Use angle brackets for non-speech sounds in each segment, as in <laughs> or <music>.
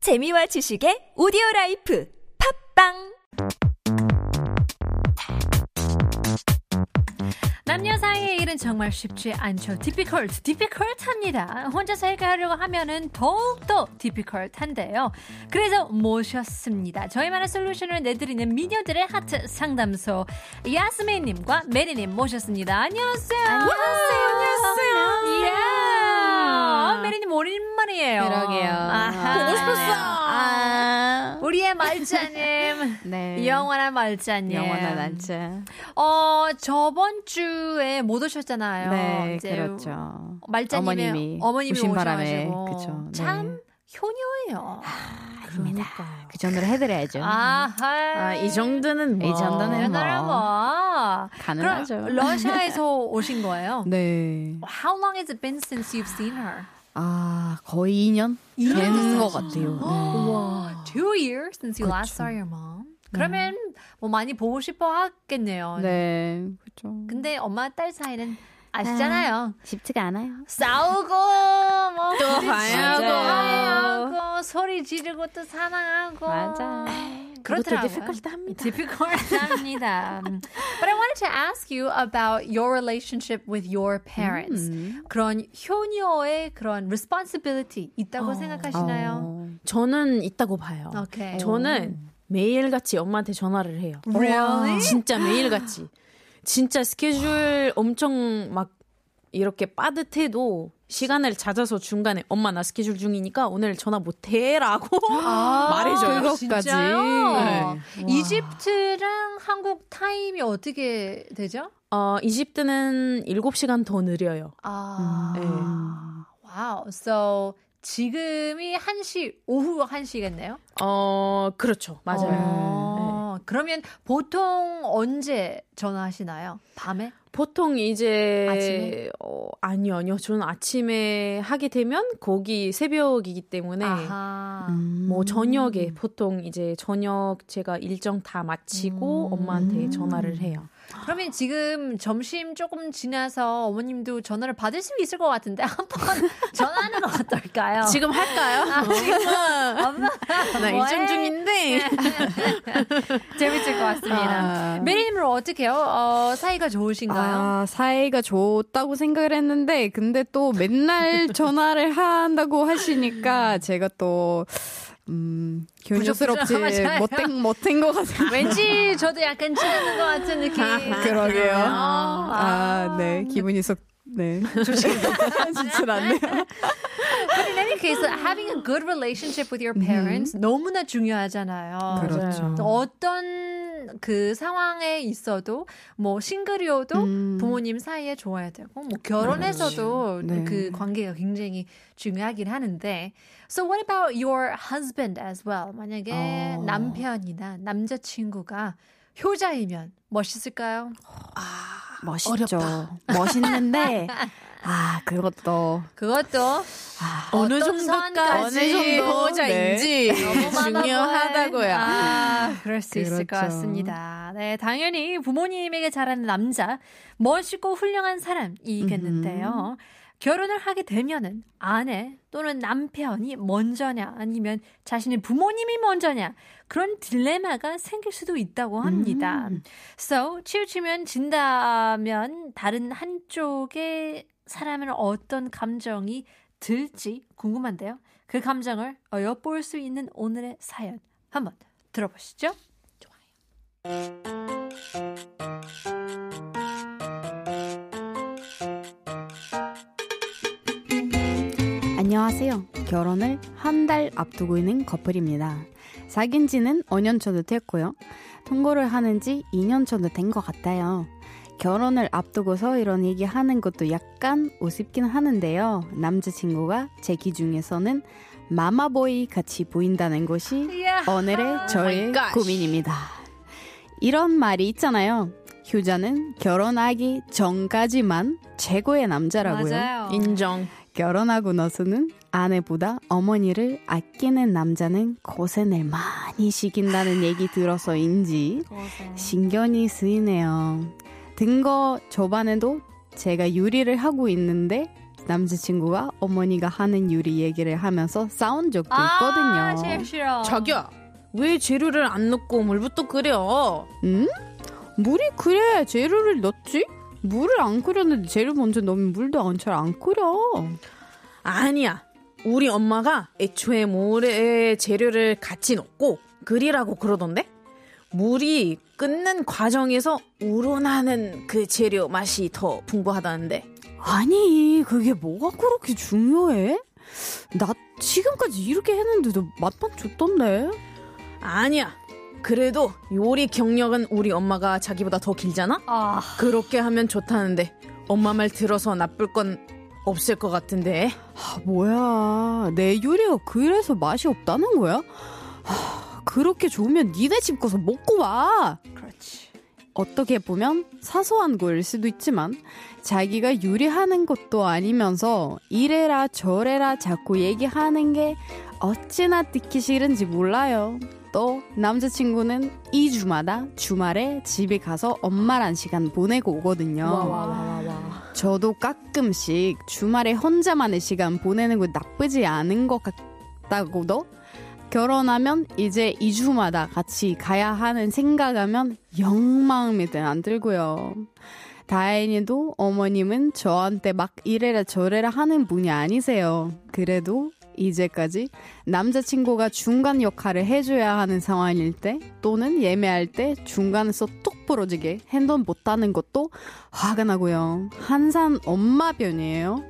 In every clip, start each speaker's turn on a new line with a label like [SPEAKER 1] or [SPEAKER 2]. [SPEAKER 1] 재미와 지식의 오디오 라이프 팝빵
[SPEAKER 2] 남녀 사이의 일은 정말 쉽지 않죠. difficult, difficult합니다. 혼자서 해결하려고 하면은 더욱더 difficult한데요. 그래서 모셨습니다. 저희만의 솔루션을 내드리는 미녀들의 하트 상담소 야스민님과 메리님 모셨습니다. 안녕하세요.
[SPEAKER 3] 안녕하세요.
[SPEAKER 2] 안녕하세요. 예. 메리님 오랜만이에요.
[SPEAKER 3] 그러게요.
[SPEAKER 2] 아하.
[SPEAKER 3] 보고 싶었어. 아.
[SPEAKER 2] 우리의 말자님.
[SPEAKER 3] <laughs> 네.
[SPEAKER 2] 영원한 말자님.
[SPEAKER 4] 예.
[SPEAKER 3] 영원한 안자.
[SPEAKER 2] 어, 저번 주에 못
[SPEAKER 4] 어,
[SPEAKER 2] 오셨잖아요.
[SPEAKER 3] 네,
[SPEAKER 2] 이제
[SPEAKER 4] 뭐
[SPEAKER 3] 그렇죠.
[SPEAKER 2] 말자님의
[SPEAKER 3] 어머님이
[SPEAKER 2] 어머님이
[SPEAKER 3] 오신 바람에
[SPEAKER 2] 오셔가지고.
[SPEAKER 3] 그쵸, 네.
[SPEAKER 2] 참 효녀예요. 아닙니다.
[SPEAKER 3] 그 정도로 해드려야죠.
[SPEAKER 2] 아하.
[SPEAKER 3] 아, 이 정도는 뭐.
[SPEAKER 4] 이 정도는
[SPEAKER 2] 우리나라 뭐. 그럼
[SPEAKER 3] 가능하죠.
[SPEAKER 2] 러시아에서 오신 거예요.
[SPEAKER 4] 네.
[SPEAKER 2] How long has it been since you've seen her?
[SPEAKER 4] 아, 거의 2년? 되는 것 같아요. 네.
[SPEAKER 2] 와, two years since you last saw your mom.
[SPEAKER 3] 네.
[SPEAKER 2] 그러면 뭐 많이 보고 싶어 하겠네요.
[SPEAKER 4] 네. 그죠.
[SPEAKER 2] 근데 엄마 딸 사이는 아시잖아요.
[SPEAKER 3] 쉽지가
[SPEAKER 2] 어,
[SPEAKER 3] 않아요.
[SPEAKER 2] 싸우고 뭐또
[SPEAKER 3] 화해하고.
[SPEAKER 2] 화해하고 소리 지르고 또 사랑하고
[SPEAKER 3] 맞아.
[SPEAKER 2] 그렇더라고요.
[SPEAKER 4] 합니다.
[SPEAKER 2] difficult합니다. But I wanted to ask you about your relationship with your parents. 그런 효녀의 그런 responsibility 있다고
[SPEAKER 4] 어.
[SPEAKER 2] 생각하시나요?
[SPEAKER 4] 뭐.
[SPEAKER 5] 저는 있다고 봐요.
[SPEAKER 2] 오케이.
[SPEAKER 5] 저는 매일같이 엄마한테 전화를 해요.
[SPEAKER 3] 뭐.
[SPEAKER 4] 네?
[SPEAKER 2] Really?
[SPEAKER 5] 진짜 매일같이. 진짜 스케줄 엄청 막 이렇게 빠듯해도 시간을 찾아서 중간에 엄마 나 스케줄 중이니까 오늘 전화 못해라고 <laughs> 말해줘요.
[SPEAKER 4] 그것까지.
[SPEAKER 2] 어, 진짜요?
[SPEAKER 4] 네.
[SPEAKER 2] 이집트랑 한국 타임이 어떻게 되죠?
[SPEAKER 5] 어, 이집트는 7시간 더 느려요.
[SPEAKER 2] 아.
[SPEAKER 5] 네.
[SPEAKER 2] 와우. So 지금이 1시 오후 1시겠네요.
[SPEAKER 5] 어, 그렇죠. 맞아요.
[SPEAKER 4] 네.
[SPEAKER 2] 어, 그러면 보통 언제 전화하시나요? 밤에?
[SPEAKER 5] 보통 이제
[SPEAKER 2] 아침에?
[SPEAKER 5] 어, 아니요, 아니요. 저는 아침에 하게 되면 거기 새벽이기
[SPEAKER 4] 네.
[SPEAKER 5] 때문에
[SPEAKER 2] 아하.
[SPEAKER 4] 음.
[SPEAKER 5] 뭐 저녁에 보통 이제 저녁 제가 일정 다 마치고
[SPEAKER 4] 음.
[SPEAKER 5] 엄마한테 전화를 해요.
[SPEAKER 2] 그러면 지금 점심 조금 지나서 어머님도 전화를 받을 수 있을 것 같은데 한번 <laughs> 전화하는 건 어떨까요?
[SPEAKER 5] 지금 할까요?
[SPEAKER 2] 아, 지금
[SPEAKER 4] <laughs>
[SPEAKER 2] 엄마
[SPEAKER 4] 나
[SPEAKER 2] 뭐해?
[SPEAKER 4] 일정 중인데.
[SPEAKER 2] <laughs> 재밌을 것 같습니다. 메리님은 어떻게요? 어, 사이가 좋으신가요?
[SPEAKER 4] 아, 사이가 좋다고 생각을 했는데, 근데 또
[SPEAKER 2] <laughs>
[SPEAKER 4] 맨날 전화를 한다고 하시니까 제가 또, 음, 교녀스럽지
[SPEAKER 2] 부족부족하잖아요.
[SPEAKER 4] 못된, 못된 것 같아요.
[SPEAKER 2] 왠지 저도 약간 친하는 것
[SPEAKER 4] <laughs>
[SPEAKER 2] 같은 느낌.
[SPEAKER 4] 그러게요.
[SPEAKER 2] 네. 아.
[SPEAKER 4] 아, 네. 기분이 썩,
[SPEAKER 2] <laughs>
[SPEAKER 4] 네. 좋지 좋진 않네요.
[SPEAKER 2] But in any case,
[SPEAKER 4] 아.
[SPEAKER 2] having a good relationship with
[SPEAKER 4] 음.
[SPEAKER 2] your parents 너무나 중요하잖아요. 어,
[SPEAKER 5] 그렇죠.
[SPEAKER 2] 어떤 그 상황에 있어도 뭐 싱글이어도
[SPEAKER 4] 음.
[SPEAKER 2] 부모님 사이에 좋아야 되고 뭐 결혼해서도
[SPEAKER 4] 그렇지. 네.
[SPEAKER 2] 그 관계가 굉장히 중요하긴 하는데 So what about your husband as well? 만약에
[SPEAKER 4] 어.
[SPEAKER 2] 남편이나 남자친구가 효자이면 멋있을까요?
[SPEAKER 4] 멋있죠.
[SPEAKER 2] <laughs>
[SPEAKER 4] 멋있는데 아 그것도
[SPEAKER 2] 그것도
[SPEAKER 5] 어느
[SPEAKER 2] 어떤
[SPEAKER 5] 정도까지
[SPEAKER 2] 선까지
[SPEAKER 4] 아, 어느 정도 보호자인지 중요하다고요.
[SPEAKER 2] 아, 그럴 수 있을 것
[SPEAKER 4] 그렇죠.
[SPEAKER 2] 같습니다. 네, 당연히 부모님에게 잘하는 남자, 멋있고 훌륭한
[SPEAKER 4] 음.
[SPEAKER 2] 사람이겠는데요. 결혼을 하게 되면은 아내 또는 남편이 먼저냐 아니면 자신의 부모님이 먼저냐 그런 딜레마가 생길 수도 있다고 합니다.
[SPEAKER 4] 음.
[SPEAKER 2] So 치우치면 진다면 다른 한쪽의 사람은 어떤 감정이 들지 궁금한데요. 그 감정을 엿볼 수 있는 오늘의 사연 한번 들어보시죠.
[SPEAKER 4] 안녕하세요. 결혼을 한 달 앞두고 있는 커플입니다. 사귄 지는 5년 정도 됐고요. 통고를 하는 지 2년 정도 된 것 같아요. 결혼을 앞두고서 이런 얘기 하는 것도 약간 우습긴 하는데요. 남자친구가 제 기준에서는 마마보이 같이 보인다는 것이
[SPEAKER 2] 이야.
[SPEAKER 4] 오늘의 저의
[SPEAKER 5] gosh.
[SPEAKER 4] 고민입니다. 이런 말이 있잖아요. 효자는 결혼하기 전까지만 최고의 남자라고요.
[SPEAKER 5] 어.
[SPEAKER 2] 맞아요.
[SPEAKER 5] 인정.
[SPEAKER 4] 결혼하고 나서는 아내보다 어머니를 아끼는 남자는 고생을 많이 시킨다는 얘기 들어서인지 신경이 쓰이네요. 등거 저반에도 제가 유리를 하고 있는데 남자친구와 어머니가 하는 요리 얘기를 하면서 싸운 적도
[SPEAKER 2] 아,
[SPEAKER 4] 있거든요.
[SPEAKER 2] 제일 싫어.
[SPEAKER 5] 자기야 왜 재료를 안 넣고 물부터 끓여?
[SPEAKER 4] 음? 물이 그래 재료를 넣지? 물을 안 끓였는데 재료 먼저 넣으면 물도 잘 안 끓여.
[SPEAKER 5] 아니야. 우리 엄마가 애초에 물에 재료를 같이 넣고 그리라고 그러던데? 물이 끓는 과정에서 우러나는 그 재료 맛이 더 풍부하다는데.
[SPEAKER 4] 아니 그게 뭐가 그렇게 중요해? 나 지금까지 이렇게 했는데도 맛만 좋던데.
[SPEAKER 5] 아니야. 그래도 요리 경력은 우리 엄마가 자기보다 더 길잖아?
[SPEAKER 2] 아,
[SPEAKER 5] 그렇게 하면 좋다는데. 엄마 말 들어서 나쁠 건 없을 것 같은데.
[SPEAKER 4] 아 뭐야 내 요리가 그래서 맛이 없다는 거야? 하, 그렇게 좋으면 니네 집 가서 먹고 와.
[SPEAKER 2] 그렇지.
[SPEAKER 4] 어떻게 보면 사소한 거일 수도 있지만 자기가 요리하는 것도 아니면서 이래라 저래라 자꾸 얘기하는 게 어찌나 듣기 싫은지 몰라요. 또 남자친구는 2주마다 주말에 집에 가서 엄마랑 시간 보내고
[SPEAKER 2] 어.
[SPEAKER 4] 오거든요. 저도 가끔씩 주말에 혼자만의 시간 보내는 거 나쁘지 않은 것 같다고도 결혼하면 이제 2주마다 같이 가야 하는 생각하면 영 마음이 안 들고요. 다행히도 어머님은 저한테 막 이래라 저래라 하는 분이 아니세요. 그래도 이제까지 남자친구가 중간 역할을 해줘야 하는 상황일 때 또는 예매할 때 중간에서 뚝 부러지게 핸들 못하는 것도 화가 나고요. 한산 엄마 편이에요.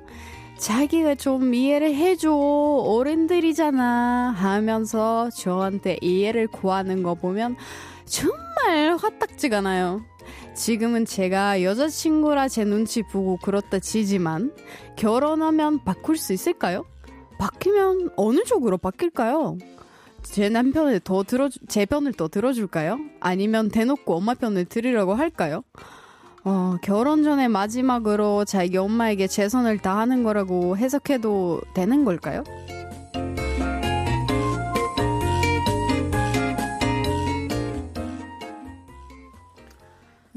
[SPEAKER 4] 자기가 좀 이해를 해줘. 어른들이잖아. 하면서 저한테 이해를 구하는 거 보면 정말 화딱지가 나요. 지금은 제가 여자친구라 제 눈치 보고 그렇다 치지만 결혼하면 바꿀 수 있을까요? 바뀌면 어느 쪽으로 바뀔까요? 제 남편을 더 들어 제 편을 더 들어줄까요? 아니면 대놓고 엄마 편을 들으려고 할까요? 어, 결혼 전에 마지막으로 자기 엄마에게 최선을 다하는 거라고 해석해도 되는 걸까요?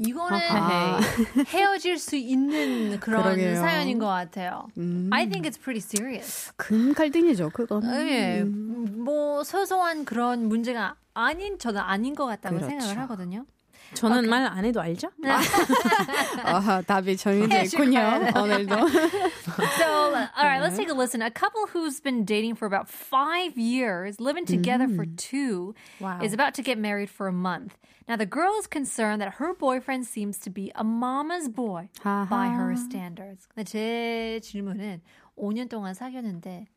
[SPEAKER 2] 이거는
[SPEAKER 4] 아하.
[SPEAKER 2] <laughs> 헤어질 수 있는 그런
[SPEAKER 4] 그러게요.
[SPEAKER 2] 사연인 것 같아요.
[SPEAKER 4] 음,
[SPEAKER 2] I think it's pretty serious.
[SPEAKER 4] 금 갈등이죠, 그건.
[SPEAKER 2] 예, 뭐 소소한 그런 문제가 아닌 저는 아닌 것 같다고
[SPEAKER 4] 그렇죠.
[SPEAKER 2] 생각을 하거든요.
[SPEAKER 5] 저는
[SPEAKER 2] 아,
[SPEAKER 5] 말 안 해도 알죠?
[SPEAKER 4] 아하,
[SPEAKER 2] <laughs>
[SPEAKER 4] 답이 정해져 있군요, 오늘도.
[SPEAKER 2] So, uh, all right,
[SPEAKER 4] Mm-hmm.
[SPEAKER 2] let's take a listen. A couple who's been dating for about five years, living together for
[SPEAKER 4] Mm.
[SPEAKER 2] two,
[SPEAKER 5] Wow.
[SPEAKER 2] is about to get married for a month. Now, the girl is concerned that her boyfriend seems to be a mama's boy by her standards. 근데 제 질문은 5년 동안 사귀었는데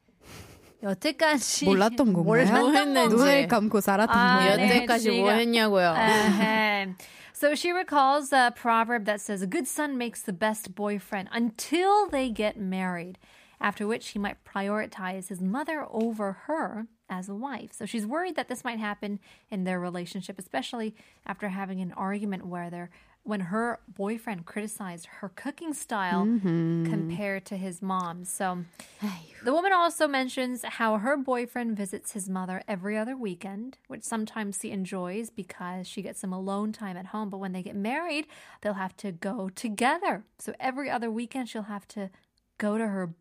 [SPEAKER 2] 여태까지
[SPEAKER 4] 몰랐던 건가요?
[SPEAKER 5] 뭐
[SPEAKER 2] 몰랐던
[SPEAKER 5] 했는지.
[SPEAKER 4] 눈을 감고 살았던
[SPEAKER 2] 아,
[SPEAKER 4] 거예요.
[SPEAKER 2] 네. 아.
[SPEAKER 5] 여태까지 뭐
[SPEAKER 2] 지가-
[SPEAKER 5] 했냐고요?
[SPEAKER 2] Ahem. Uh-huh. so she recalls a proverb that says, A good son makes the best boyfriend until they get married, after which he might prioritize his mother over her as a wife. So she's worried that this might happen in their relationship, especially after having an argument where they're when her boyfriend criticized her cooking style compared to his mom. So the woman also mentions how her boyfriend visits his mother every other weekend, which sometimes she enjoys because she gets some alone time at home. But when they get married, they'll have to go together. So every other weekend, she'll have to go to her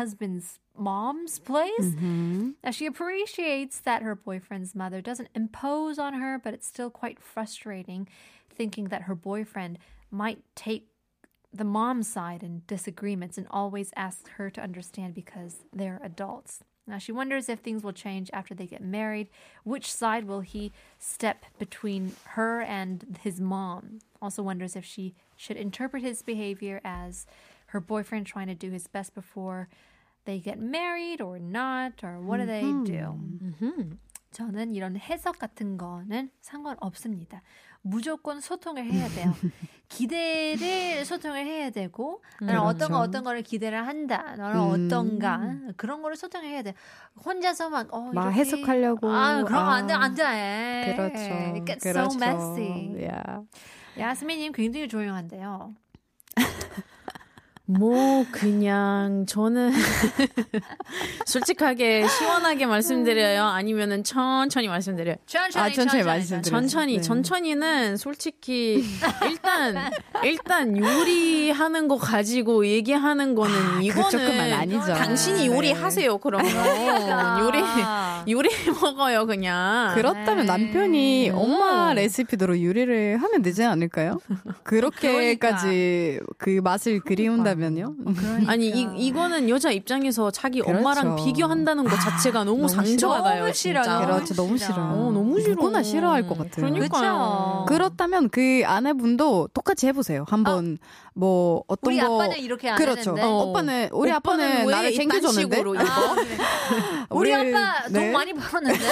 [SPEAKER 2] husband's mom's place. Now, she appreciates that her boyfriend's mother doesn't impose on her, but it's still quite frustrating thinking that her boyfriend might take the mom's side in disagreements and always asks her to understand because they're adults. Now, she wonders if things will change after they get married. Which side will he step between her and his mom? Also, wonders if she should interpret his behavior as her boyfriend trying to do his best before they get married or not, or what do they do? 저는 이런 해석 같은 거는 상관없습니다. 무조건 소통을 해야
[SPEAKER 4] <laughs>
[SPEAKER 2] 돼요. 기대를 소통을 해야 되고
[SPEAKER 4] 음.
[SPEAKER 2] 나는 어떤
[SPEAKER 4] 그렇죠.
[SPEAKER 2] 거 어떤 거를 기대를 한다. 너는 어떤가 그런 거를 소통을 해야 돼. 혼자서 막, 어,
[SPEAKER 4] 막
[SPEAKER 2] 이렇게-
[SPEAKER 4] 해석하려고.
[SPEAKER 2] 아 그럼
[SPEAKER 4] 아,
[SPEAKER 2] 안 돼, 안 돼.
[SPEAKER 4] 그렇죠.
[SPEAKER 2] It gets
[SPEAKER 4] 그렇죠.
[SPEAKER 2] so messy.
[SPEAKER 4] 야. 아,
[SPEAKER 2] 야스미님 굉장히 조용한데요.
[SPEAKER 5] 뭐 그냥 저는 <laughs> 솔직하게 시원하게 말씀드려요. 아니면은 천천히 말씀드려요.
[SPEAKER 2] 천천히,
[SPEAKER 4] 아, 천천히 말씀드려요.
[SPEAKER 5] 천천히
[SPEAKER 4] 네.
[SPEAKER 5] 천천히는 솔직히 일단 일단 요리하는 거 가지고 얘기하는 거는 이거는
[SPEAKER 4] 아, 그쪽만 아니죠. 네. 그러니까.
[SPEAKER 5] 당신이
[SPEAKER 4] <laughs>
[SPEAKER 5] 요리하세요 그러면
[SPEAKER 2] 아,
[SPEAKER 5] 요리 요리 먹어요 그냥
[SPEAKER 4] 그렇다면 남편이 엄마 레시피대로 요리를 하면 되지 않을까요? 그렇게까지 그 맛을 그리운다면요?
[SPEAKER 5] 아니 이, 이거는 여자 입장에서 자기
[SPEAKER 4] 그렇죠. 아,
[SPEAKER 5] 엄마랑 비교한다는 것 자체가 너무
[SPEAKER 4] 너무
[SPEAKER 5] 상처가
[SPEAKER 2] 싫어. 너무 싫어,
[SPEAKER 5] 나요 진짜.
[SPEAKER 2] 너무
[SPEAKER 4] <laughs> 그렇죠. 너무 싫어.
[SPEAKER 2] 싫어. 어,
[SPEAKER 5] 너무 아, 싫어.
[SPEAKER 4] 누구나 싫어할 것 같아요.
[SPEAKER 5] 그러니까.
[SPEAKER 2] 그렇죠.
[SPEAKER 4] 그렇다면 그 아내분도 똑같이 해보세요. 한번 뭐 어떤
[SPEAKER 2] 우리
[SPEAKER 4] 거
[SPEAKER 2] 아빠는 이렇게 안
[SPEAKER 4] 그렇죠.
[SPEAKER 2] 하는데.
[SPEAKER 4] 어, 오빠는 우리
[SPEAKER 5] 오빠는
[SPEAKER 4] 아빠는
[SPEAKER 5] 왜
[SPEAKER 4] 나를
[SPEAKER 5] 이딴
[SPEAKER 4] 챙겨줬는데
[SPEAKER 5] 식으로 이거?
[SPEAKER 2] 아, 그래. 우리 아빠 돈
[SPEAKER 4] 네.
[SPEAKER 2] 많이 벌었는데. <laughs>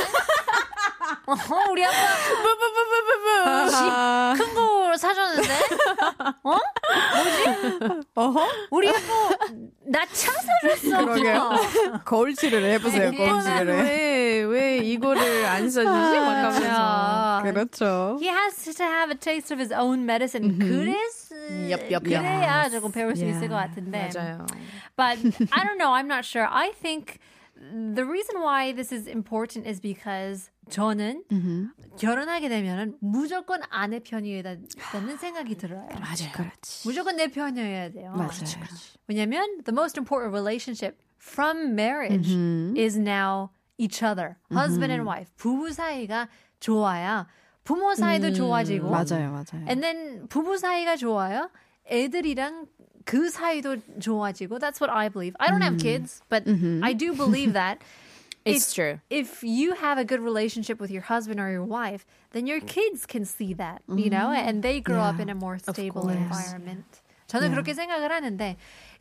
[SPEAKER 2] 어, 우리 아빠
[SPEAKER 5] 아,
[SPEAKER 4] <laughs>
[SPEAKER 2] 큰 거 사줬는데. 어? 뭐지? 우리 아빠 나차 사줬어.
[SPEAKER 4] 그러게요. 거울질을 해보세요. 거울질을. 해.
[SPEAKER 5] 왜왜 이거를 안 써주지? 막 하면서.
[SPEAKER 2] 그렇죠.
[SPEAKER 4] 그렇죠.
[SPEAKER 2] He has to have a taste of his own medicine. 그래서
[SPEAKER 5] Yup, yup, yup.
[SPEAKER 2] 그래야 조금 배울 수 있을
[SPEAKER 4] Yeah.
[SPEAKER 2] 것 같은데.
[SPEAKER 5] 맞아요.
[SPEAKER 4] <laughs>
[SPEAKER 2] But I don't know. I'm not sure. I think the reason why this is important is because 저는
[SPEAKER 4] Mm-hmm.
[SPEAKER 2] 결혼하게 되면은 무조건 아내 편이라는 생각이 들어요.
[SPEAKER 5] 맞아요. 그렇지.
[SPEAKER 2] 무조건 내 편이어야 돼요.
[SPEAKER 4] 맞아요.
[SPEAKER 2] 왜냐면 the most important relationship from marriage
[SPEAKER 4] Mm-hmm.
[SPEAKER 2] is now each other, husband and wife. 부부 사이가 좋아야 부모 사이도 좋아지고
[SPEAKER 4] 맞아요, 맞아요.
[SPEAKER 2] And then 부부 사이가 좋아요. 애들이랑 그 사이도 좋아지고. That's what I believe. I don't have kids, but I do
[SPEAKER 4] <laughs>
[SPEAKER 2] believe that.
[SPEAKER 5] It's true.
[SPEAKER 2] If you have a good relationship with your husband or your wife, then your kids can see that, you know,
[SPEAKER 4] Mm-hmm.
[SPEAKER 2] and they grow up in a more stable environment. 저는 그렇게 생각을 하는데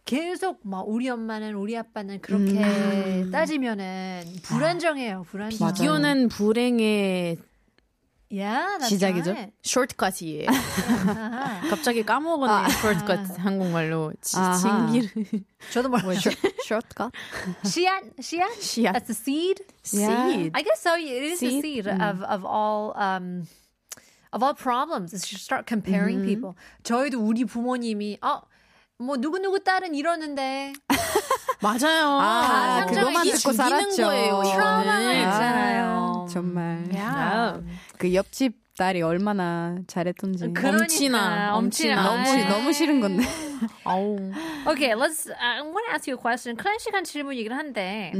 [SPEAKER 2] 계속 막 우리 엄마는 우리 아빠는 그렇게 따지면은 불안정해요. 불안정.
[SPEAKER 5] 비교는 불행의
[SPEAKER 2] Yeah, that's
[SPEAKER 4] 시작이죠.
[SPEAKER 2] right.
[SPEAKER 5] 숏컷이에요. 갑자기 까먹었네. 숏컷 한국말로 지-
[SPEAKER 4] 아하.
[SPEAKER 5] 진기를
[SPEAKER 2] 저도 뭐 <laughs>
[SPEAKER 4] <laughs> 숏컷?
[SPEAKER 2] 씨앗, 씨앗,
[SPEAKER 5] 씨앗.
[SPEAKER 2] That's the seed.
[SPEAKER 5] seed.
[SPEAKER 2] I guess so. It is the
[SPEAKER 5] Seed?
[SPEAKER 2] seed of of all um of all problems. Is you start comparing people. 저희도 우리 부모님이 어뭐 누구 누구 딸은 이러는데
[SPEAKER 5] 맞아요.
[SPEAKER 4] 아,
[SPEAKER 2] 그거만
[SPEAKER 4] 듣고 살았죠.
[SPEAKER 5] 거예요.
[SPEAKER 2] 트라우마가
[SPEAKER 5] 이거는.
[SPEAKER 4] 아,
[SPEAKER 2] 있잖아요.
[SPEAKER 4] 정말.
[SPEAKER 5] 아,
[SPEAKER 4] 그 옆집 딸이 얼마나 잘했던지. 음,
[SPEAKER 2] 그러니까,
[SPEAKER 5] 엄친아, 엄친아.
[SPEAKER 2] 엄친아. 네.
[SPEAKER 4] 너무, 너무 싫은 건데.
[SPEAKER 5] 아우.
[SPEAKER 2] Okay, let's. uh, I want to ask you a question. 클래식한 질문이긴 한데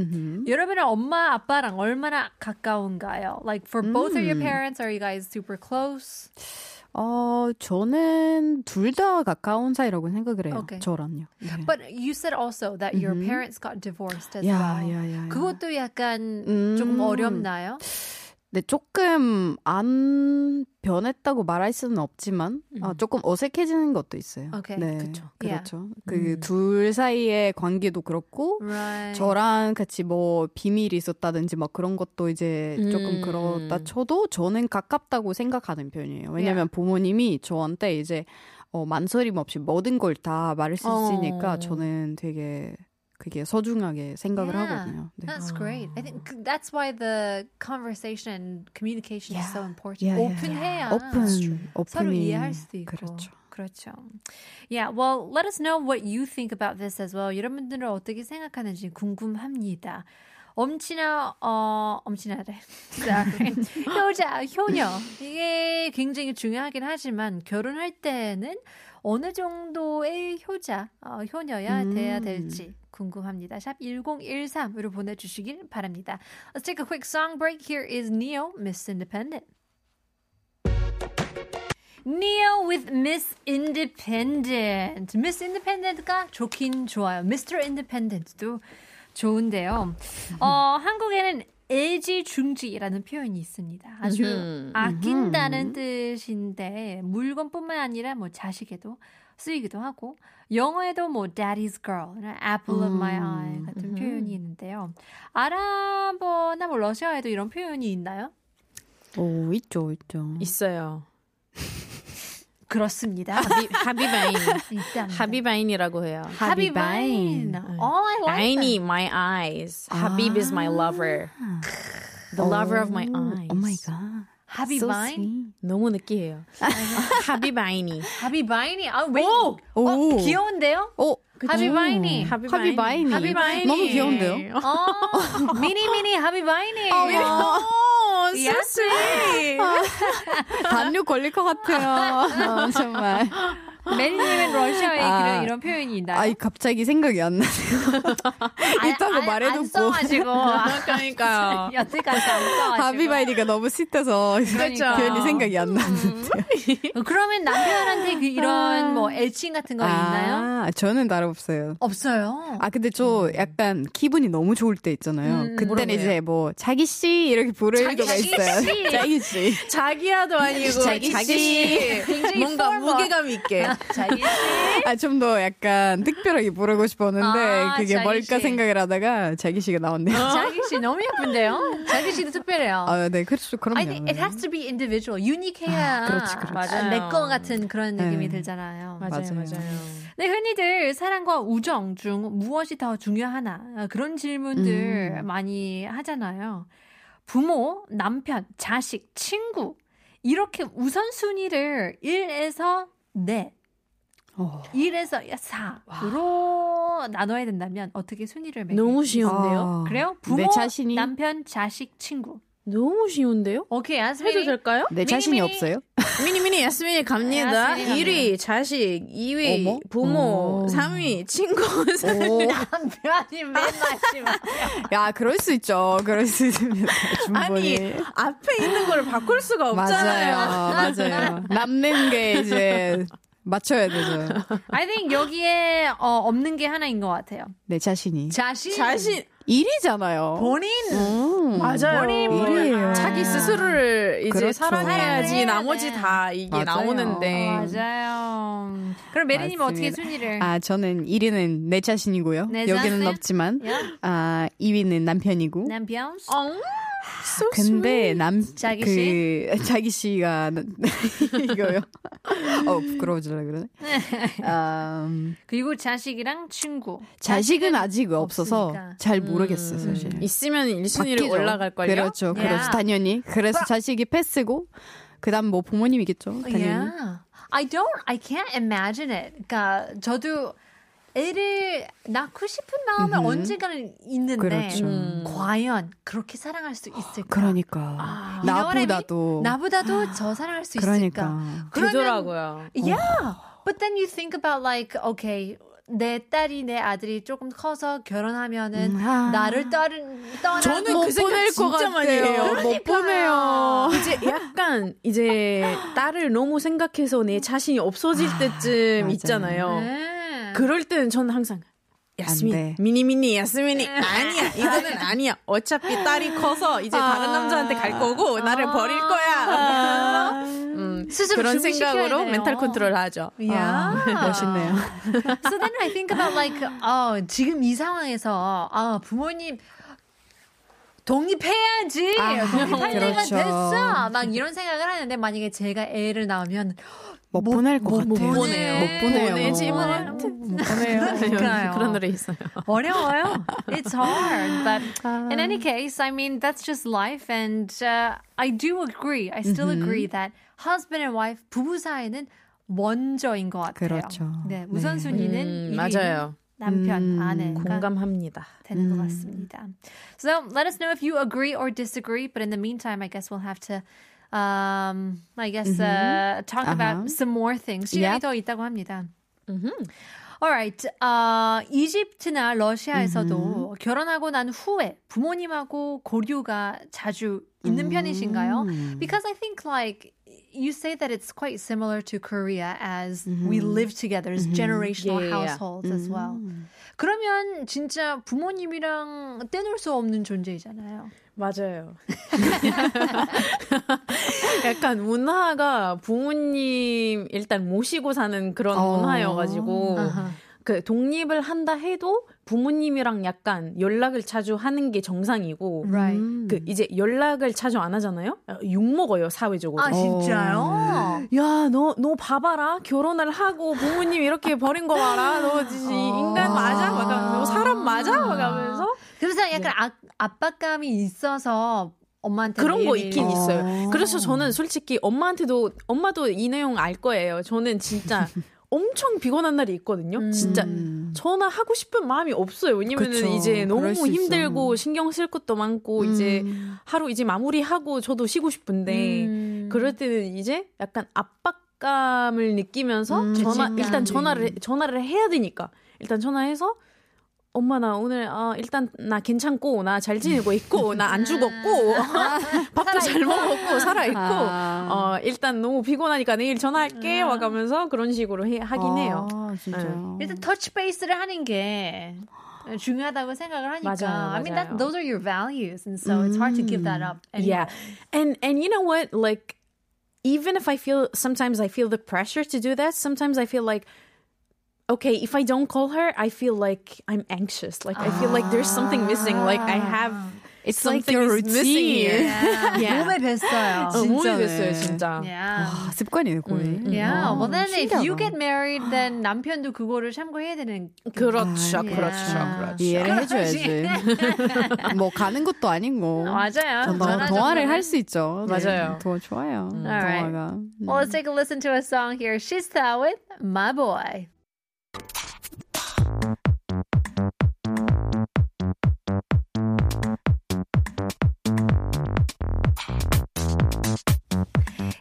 [SPEAKER 2] 여러분은 엄마 아빠랑 얼마나 가까운가요? Like for both of your parents, are you guys super close?
[SPEAKER 4] 어, 저는 둘 다 가까운 사이라고 생각을 해요.
[SPEAKER 2] 오케이.
[SPEAKER 4] 저랑요. 네.
[SPEAKER 2] But you said also that your parents got divorced as
[SPEAKER 4] 야,
[SPEAKER 2] well.
[SPEAKER 4] 야, 야, 야.
[SPEAKER 2] 그것도 약간
[SPEAKER 4] 음.
[SPEAKER 2] 조금 어렵나요?
[SPEAKER 4] 네, 조금 안 변했다고 말할 수는 없지만 아, 조금 어색해지는 것도 있어요.
[SPEAKER 2] 오케이.
[SPEAKER 4] 네,
[SPEAKER 5] 그쵸.
[SPEAKER 4] 그렇죠. 그 둘 사이의 관계도 그렇고
[SPEAKER 2] Right.
[SPEAKER 4] 저랑 같이 뭐 비밀이 있었다든지 막 그런 것도 이제 조금
[SPEAKER 5] 음.
[SPEAKER 4] 그렇다 쳐도 저는 가깝다고 생각하는 편이에요. 왜냐면 부모님이 저한테 이제 어, 만서림 없이 모든 걸 다 말할 수 있으니까
[SPEAKER 5] 어.
[SPEAKER 4] 저는 되게 그게 소중하게 생각을
[SPEAKER 2] Yeah.
[SPEAKER 4] 하거든요. 네.
[SPEAKER 2] That's great. I think 그- that's why the conversation and communication is so important.
[SPEAKER 4] Yeah, yeah,
[SPEAKER 2] 오픈해야
[SPEAKER 4] 오픈,
[SPEAKER 2] 서로
[SPEAKER 4] 오픈이
[SPEAKER 2] 이해할 수도 있고.
[SPEAKER 4] 그렇죠.
[SPEAKER 2] 그렇죠. Yeah, well, let us know what you think about this as well. 여러분들은 어떻게 생각하는지 궁금합니다. 엄친아, 어, 엄친아래. <laughs> Sorry. 효자, 효녀. 이게 굉장히 중요하긴 하지만 결혼할 때는 어느 정도의 효자, 어, 효녀야
[SPEAKER 4] 음.
[SPEAKER 2] 돼야 될지 궁금합니다. 샵 1013으로 보내주시길 바랍니다. Let's take a quick song break. Here is Neo, Miss Independent. Neo with Miss Independent. Miss Independent가 좋긴 좋아요. Mr. Independent도
[SPEAKER 5] <laughs>
[SPEAKER 2] 좋은데요. 어, 한국에는 애지중지라는 표현이 있습니다. 아주
[SPEAKER 5] 음흠.
[SPEAKER 2] 아낀다는 뜻인데 물건뿐만 아니라 뭐 자식에도 쓰이기도 하고 영어에도 뭐 Daddy's Girl, Apple of My Eye 같은 표현이 있는데요. 아랍어나 뭐 러시아에도 이런 표현이 있나요?
[SPEAKER 4] 오, 있죠, 있죠.
[SPEAKER 5] 있어요.
[SPEAKER 2] 그렇습니다.
[SPEAKER 5] 하비, 하비바인.
[SPEAKER 2] <laughs> 있답니다.
[SPEAKER 5] 하비바인이라고 해요.
[SPEAKER 2] 하비바인. Oh, I like
[SPEAKER 5] Aini, my eyes. Habib is my lover. The lover of my eyes.
[SPEAKER 4] 오 oh 마이 갓.
[SPEAKER 2] 하비바인.
[SPEAKER 5] 너무 느끼해요. 하비바인이.
[SPEAKER 2] 하비바인이 아, 왜?
[SPEAKER 4] 오!
[SPEAKER 2] 어, 귀여운데요?
[SPEAKER 4] 오,
[SPEAKER 2] 하비바이니.
[SPEAKER 4] 하비바이니.
[SPEAKER 2] 하비바이니.
[SPEAKER 4] 너무 귀여운데요?
[SPEAKER 2] 어, 미니 미니 하비바이니.
[SPEAKER 4] <laughs>
[SPEAKER 5] 어, so sweet.
[SPEAKER 4] 단류 걸릴 것
[SPEAKER 2] <laughs>
[SPEAKER 4] 같아요. 어, 정말.
[SPEAKER 2] 메리님은 러시아의
[SPEAKER 4] 아.
[SPEAKER 2] 그런 이런 표현이 있나요? 아,
[SPEAKER 4] 아이 갑자기 생각이 안 나네요. 있다고 말해놓고.
[SPEAKER 2] 안 써가지고
[SPEAKER 5] 네.
[SPEAKER 2] 아,
[SPEAKER 5] 그러니까요.
[SPEAKER 2] 여태까지 안 써가지고.
[SPEAKER 4] 하비바이니가 너무 짙어서
[SPEAKER 2] 아, 그러니까.
[SPEAKER 4] <laughs> 괜히 생각이 안 나는데.
[SPEAKER 2] 어, 그러면 남편한테 그 이런 뭐 애칭 같은 거 있나요?
[SPEAKER 4] 아, 저는 따로 없어요.
[SPEAKER 2] 없어요.
[SPEAKER 4] 아 근데 저 약간 기분이 너무 좋을 때 있잖아요.
[SPEAKER 2] 음,
[SPEAKER 4] 그때는
[SPEAKER 5] 뭐라고요?
[SPEAKER 4] 이제 뭐 자기 씨 이렇게 부를
[SPEAKER 2] 자기
[SPEAKER 4] 때가
[SPEAKER 2] 씨.
[SPEAKER 4] 있어요. 자기 씨.
[SPEAKER 5] 자기야도 아니고
[SPEAKER 4] 자기
[SPEAKER 5] 씨. 뭔가 아, 무게감 있게.
[SPEAKER 2] 자기
[SPEAKER 4] 아 좀 더 약간 특별하게 부르고 싶었는데
[SPEAKER 2] 아,
[SPEAKER 4] 그게
[SPEAKER 2] 자기
[SPEAKER 4] 뭘까
[SPEAKER 2] 씨.
[SPEAKER 4] 생각을 하다가 자기 씨가 나왔네요.
[SPEAKER 2] 자기 씨 너무 예쁜데요? 자기 씨도 특별해요.
[SPEAKER 4] 아 네 그렇죠 그럼요.
[SPEAKER 2] 아니, it has to be individual, 유니크해야
[SPEAKER 4] 그렇지, 그렇지.
[SPEAKER 5] 맞아요.
[SPEAKER 2] 내거 같은 그런 느낌이
[SPEAKER 4] 네.
[SPEAKER 2] 들잖아요.
[SPEAKER 4] 맞아요.
[SPEAKER 2] 네, 흔히들 사랑과 우정 중 무엇이 더 중요하나 아, 그런 질문들
[SPEAKER 4] 음.
[SPEAKER 2] 많이 하잖아요. 부모, 남편, 자식, 친구 이렇게 우선순위를 1에서 네,
[SPEAKER 4] 어.
[SPEAKER 2] 1에서 4로 나눠야 된다면 어떻게 순위를 매길
[SPEAKER 5] 너무
[SPEAKER 2] 수 있-
[SPEAKER 5] 쉬운데요?
[SPEAKER 4] 아,
[SPEAKER 2] 그래요? 부모,
[SPEAKER 4] 내 자신이
[SPEAKER 2] 남편, 자식, 친구.
[SPEAKER 5] 너무 쉬운데요?
[SPEAKER 2] 오케이,
[SPEAKER 5] 해도
[SPEAKER 2] 아스미니.
[SPEAKER 5] 될까요?
[SPEAKER 4] 내 자신이
[SPEAKER 2] 미니미니.
[SPEAKER 4] 없어요?
[SPEAKER 5] 미니미니 야스민이 갑니다.
[SPEAKER 2] 야스민이 갑니다.
[SPEAKER 5] 1위 자식, 2위
[SPEAKER 4] 어머? 어.
[SPEAKER 5] 부모,
[SPEAKER 4] 오.
[SPEAKER 5] 3위 친구. <laughs>
[SPEAKER 4] 오.
[SPEAKER 2] 남편이 맨날 지금
[SPEAKER 4] <laughs> 야 그럴 수 있죠. 그럴
[SPEAKER 2] <laughs>
[SPEAKER 4] 수 있습니다.
[SPEAKER 5] 아니
[SPEAKER 4] 충분히.
[SPEAKER 5] 앞에 있는 걸 바꿀 수가 없잖아요.
[SPEAKER 4] 맞아요. 맞아요. 남는 게 이제 맞춰야 되죠.
[SPEAKER 2] I think 여기에 어, 없는 게 하나인 것 같아요.
[SPEAKER 4] 내 자신이.
[SPEAKER 2] 자신,
[SPEAKER 5] 자신
[SPEAKER 4] 일이잖아요.
[SPEAKER 2] 본인
[SPEAKER 5] 맞아요.
[SPEAKER 4] 음.
[SPEAKER 5] 네.
[SPEAKER 4] 일이에요.
[SPEAKER 5] 뭐 자기 스스로를 이제
[SPEAKER 4] 어, 그렇죠.
[SPEAKER 5] 사랑해야지
[SPEAKER 2] 사랑해야
[SPEAKER 5] 나머지
[SPEAKER 2] 돼.
[SPEAKER 5] 다 이게
[SPEAKER 4] 맞아요.
[SPEAKER 5] 나오는데
[SPEAKER 2] 어, 맞아요. 그럼 메리님 어떻게
[SPEAKER 4] 네. 맞습니다.
[SPEAKER 2] 순위를?
[SPEAKER 4] 아 저는 1위는 내 자신이고요.
[SPEAKER 2] 내
[SPEAKER 4] 여기는
[SPEAKER 2] 자신?
[SPEAKER 4] 없지만
[SPEAKER 2] 야,
[SPEAKER 4] 아 2위는 남편이고.
[SPEAKER 2] 남편.
[SPEAKER 4] 어.
[SPEAKER 5] 엉? 아, So
[SPEAKER 4] 근데 남
[SPEAKER 2] 자기
[SPEAKER 4] 그, <laughs> 자기 씨가 나- 이거요. 어 부끄러워지려 그러네. 아, 음,
[SPEAKER 2] 그리고 자식이랑 친구.
[SPEAKER 4] 자식은 아직 없어서
[SPEAKER 2] 없으니까.
[SPEAKER 4] 잘 모르겠어요 사실.
[SPEAKER 5] sweet. 있으면 1순위로
[SPEAKER 4] 바뀌죠.
[SPEAKER 5] 올라갈 걸요.
[SPEAKER 4] 그렇죠,
[SPEAKER 2] 야.
[SPEAKER 4] 그렇죠. 당연히. 그래서
[SPEAKER 5] 아!
[SPEAKER 4] 자식이 패스고 그다음 뭐 부모님이겠죠. 당연히.
[SPEAKER 2] Yeah. I don't, I can't imagine it. 그러니까 저도 애를 낳고 싶은 마음은
[SPEAKER 4] 음흠.
[SPEAKER 2] 언젠가는 있는데
[SPEAKER 4] 그렇죠.
[SPEAKER 5] 음.
[SPEAKER 2] 과연 그렇게 사랑할 수 있을까?
[SPEAKER 4] 그러니까
[SPEAKER 2] 아.
[SPEAKER 4] 나보다도 아,
[SPEAKER 2] 나보다도 저 사랑할 수 있을까?
[SPEAKER 4] 그러니까
[SPEAKER 2] 그러면-
[SPEAKER 5] 되더라고요.
[SPEAKER 2] Yeah. But then you think about like, okay, 내 딸이 내 아들이 조금 커서 결혼하면은
[SPEAKER 4] 음, 아.
[SPEAKER 2] 나를 떠는 뭐 떠나
[SPEAKER 5] 저는 그 생각 진짜 많이 해요.
[SPEAKER 4] 못 보내요.
[SPEAKER 5] 이제 약간 이제 딸을 너무 생각해서 내 자신이 없어질 때쯤
[SPEAKER 4] 맞아요.
[SPEAKER 5] 있잖아요.
[SPEAKER 2] 네.
[SPEAKER 5] 그럴 때는 저는 항상
[SPEAKER 4] 돼.
[SPEAKER 5] 야스민 미니미니 야스민이 아니야 이거는 네. 아니야 아. 어차피 딸이 커서 이제 다른 남자한테 갈 거고 나를 버릴 아. 거야 음,
[SPEAKER 2] 스스로
[SPEAKER 5] 그런
[SPEAKER 2] 준비시켜야
[SPEAKER 5] 생각으로
[SPEAKER 2] 돼요.
[SPEAKER 5] 멘탈 컨트롤 하죠
[SPEAKER 2] Yeah.
[SPEAKER 4] 아, 멋있네요. <laughs>
[SPEAKER 2] So then I think about like, 어, 지금 이 상황에서 아, 부모님 독립해야지.
[SPEAKER 4] 아,
[SPEAKER 2] 독립할 때가
[SPEAKER 4] 그렇죠.
[SPEAKER 2] 됐어. 막 이런 생각을 하는데 만약에 제가 애를 낳으면
[SPEAKER 4] 못 보낼 것 같아요.
[SPEAKER 5] 못
[SPEAKER 2] 보내요.
[SPEAKER 4] 못 보내요. 어.
[SPEAKER 5] 보내지만.
[SPEAKER 4] 못 보내요.
[SPEAKER 2] 그러니까요.
[SPEAKER 5] 그런 노래 있어요
[SPEAKER 2] 어려워요. It's hard, but in any
[SPEAKER 4] 아.
[SPEAKER 2] case, I mean that's just life, and uh, I do agree. I still
[SPEAKER 4] Mm-hmm.
[SPEAKER 2] agree that husband and wife 부부 사이는 먼저인 것 같아요.
[SPEAKER 4] 그렇죠.
[SPEAKER 2] 네,
[SPEAKER 4] 네.
[SPEAKER 2] 우선순위는 1위
[SPEAKER 5] 음, 맞아요
[SPEAKER 2] 남편,
[SPEAKER 4] 음,
[SPEAKER 2] 아내가
[SPEAKER 5] 공감합니다
[SPEAKER 2] 되는 것 같습니다. So let us know if you agree or disagree. But in the meantime, I guess we'll have to. Um, I guess
[SPEAKER 5] Mm-hmm.
[SPEAKER 2] uh, talk
[SPEAKER 4] 아하.
[SPEAKER 5] Uh-huh.
[SPEAKER 2] about some more things. 시간이
[SPEAKER 4] Yep.
[SPEAKER 2] 더 있다고 합니다.
[SPEAKER 5] Mm-hmm.
[SPEAKER 2] Alright, 아 이집트나 러시아에서도
[SPEAKER 5] Mm-hmm.
[SPEAKER 2] 결혼하고 난 후에 부모님하고 고려가 자주 있는 편이신가요?
[SPEAKER 5] Mm.
[SPEAKER 2] Because I think like you say that it's quite similar to Korea as we live together as generational
[SPEAKER 5] Mm-hmm. Yeah, Mm-hmm. yeah, yeah.
[SPEAKER 2] households as well. 그러면 진짜 부모님이랑 떼놓을 수 없는 존재이잖아요.
[SPEAKER 5] 맞아요. <laughs> 약간 문화가 부모님 일단 모시고 사는 그런
[SPEAKER 4] 어.
[SPEAKER 5] 문화여가지고
[SPEAKER 2] 아하.
[SPEAKER 5] 그 독립을 한다 해도 부모님이랑 약간 연락을 자주 하는 게 정상이고
[SPEAKER 2] Right.
[SPEAKER 4] 음.
[SPEAKER 5] 그 이제 연락을 자주 안 하잖아요. 욕 먹어요 어. 사회적으로.
[SPEAKER 2] 아 진짜요?
[SPEAKER 5] 야, 너, 너 봐봐라. 결혼을 하고 부모님 이렇게 버린 거 봐라. 너 진짜 인간 맞아? 막, 하면서, 너 사람 맞아? 막 하면서.
[SPEAKER 2] 그래서
[SPEAKER 5] 네.
[SPEAKER 2] 약간 아, 압박감이 있어서 엄마한테
[SPEAKER 5] 그런 거
[SPEAKER 2] 매일
[SPEAKER 5] 있긴
[SPEAKER 4] 어. <laughs>
[SPEAKER 5] 있어요. 그래서 저는 솔직히 엄마한테도 엄마도 이 내용 알 거예요. 저는 진짜 엄청 비곤한 날이 있거든요. 진짜 전화하고 싶은 마음이 없어요. 왜냐면은
[SPEAKER 4] 음. 그쵸.
[SPEAKER 5] 이제 너무
[SPEAKER 4] 그럴 수 있어요. 음.
[SPEAKER 5] 힘들고 신경 쓸 것도 많고 이제 하루 이제 마무리하고 저도 쉬고 싶은데
[SPEAKER 2] 음.
[SPEAKER 5] 그럴 때는 이제 약간 압박감을 느끼면서 전화
[SPEAKER 2] 죄책감.
[SPEAKER 5] 일단 전화를 해- 전화를 해야 되니까 일단 전화해서 엄마 나 오늘 아 일단 나 괜찮고 나 잘 지내고 있고 나 안 죽었고 <laughs> 밥도 잘 먹었고 살아 음. 있고 어 일단 너무 피곤하니까 내일 전화할게 와가면서 그런 식으로 해, 하긴 해요.
[SPEAKER 4] 아, 진짜요.
[SPEAKER 2] 일단 터치 베이스를 하는 게 중요하다고 생각을 하니까
[SPEAKER 5] 맞아요,
[SPEAKER 2] I mean
[SPEAKER 5] 맞아요. 음,
[SPEAKER 2] that those are your values and so it's hard to give that up.
[SPEAKER 5] Yeah. And and you know what? Like even if I feel sometimes I feel the pressure to do that, sometimes I feel like okay, if I don't call her, I feel like I'm anxious. Like I feel like there's something missing. Like I have
[SPEAKER 4] It's
[SPEAKER 5] something is missing <laughs> here.
[SPEAKER 2] yeah. 몸에
[SPEAKER 5] <laughs>
[SPEAKER 2] 뱄어요.
[SPEAKER 5] 어, 몸이
[SPEAKER 4] 진짜네.
[SPEAKER 5] 됐어요, 진짜.
[SPEAKER 2] Yeah.
[SPEAKER 4] 아, 습관이네 거의.
[SPEAKER 2] Yeah.
[SPEAKER 4] 아,
[SPEAKER 5] 음,
[SPEAKER 2] well, then if you
[SPEAKER 4] 신기하다.
[SPEAKER 2] get married,
[SPEAKER 5] <gasps>
[SPEAKER 2] then 남편도 그거를 참고해야 되는.
[SPEAKER 5] 그렇죠,
[SPEAKER 2] 예.
[SPEAKER 5] 그렇죠, 그렇죠.
[SPEAKER 4] 이해를 해줘야지. 뭐 가는 것도 아니고.
[SPEAKER 2] 맞아요.
[SPEAKER 4] 전 동-
[SPEAKER 2] 전화
[SPEAKER 4] 동화를
[SPEAKER 2] 정도는.
[SPEAKER 4] 할 수 있죠. 네.
[SPEAKER 5] 맞아요.
[SPEAKER 4] 더 좋아요.
[SPEAKER 2] Alright. 어, 네.
[SPEAKER 4] 동화가. 음.
[SPEAKER 2] Well, let's take a listen to a song here. She's Tha with My Boy.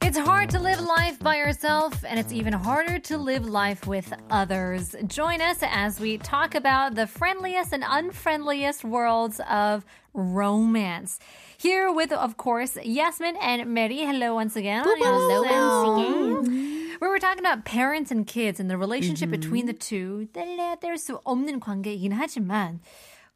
[SPEAKER 2] It's hard to live life by yourself, and it's even harder to live life with others. Join us as we talk about the friendliest and unfriendliest worlds of romance. Here with, of course, Yasmin and Mary. Hello once again. Hello once again. We were talking about parents and kids and the relationship between the two. 뗄래야 뗄수 없는 관계이긴 하지만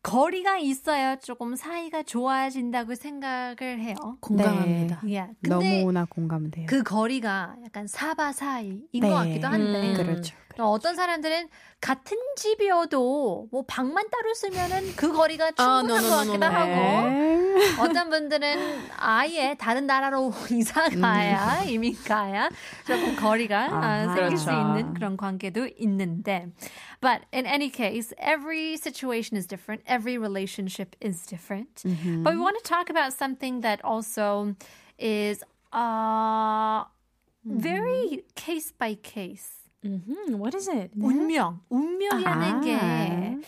[SPEAKER 2] 거리가 있어야 조금 사이가 좋아진다고 생각을 해요.
[SPEAKER 5] 공감합니다.
[SPEAKER 2] Yeah. 근데
[SPEAKER 4] 너무나 공감돼요.
[SPEAKER 2] 그 거리가 약간 사바 사이인 것 같기도 한데
[SPEAKER 4] 네.
[SPEAKER 5] 음.
[SPEAKER 4] 그렇죠.
[SPEAKER 2] 또 어떤 사람들은 같은 집이어도 뭐 방만 따로 쓰면은 그 거리가
[SPEAKER 5] 아,
[SPEAKER 2] 충분한
[SPEAKER 5] no, no,
[SPEAKER 2] 것
[SPEAKER 5] no, no,
[SPEAKER 2] 같기도
[SPEAKER 5] no.
[SPEAKER 2] 하고
[SPEAKER 4] 네.
[SPEAKER 2] 어떤 분들은 아예 다른 나라로 <laughs> 이사 가야 이민 가야 조금 거리가 아,
[SPEAKER 4] 아하.
[SPEAKER 2] 생길 수
[SPEAKER 5] 음. 그렇죠.
[SPEAKER 2] 있는 그런 관계도 있는데 but in any case every situation is different every relationship is different but we want to talk about something that also is uh
[SPEAKER 5] 음.
[SPEAKER 2] very case by case
[SPEAKER 5] Mhm. What is it?
[SPEAKER 2] 운명, 운명이라는
[SPEAKER 4] 음? 아.
[SPEAKER 2] 게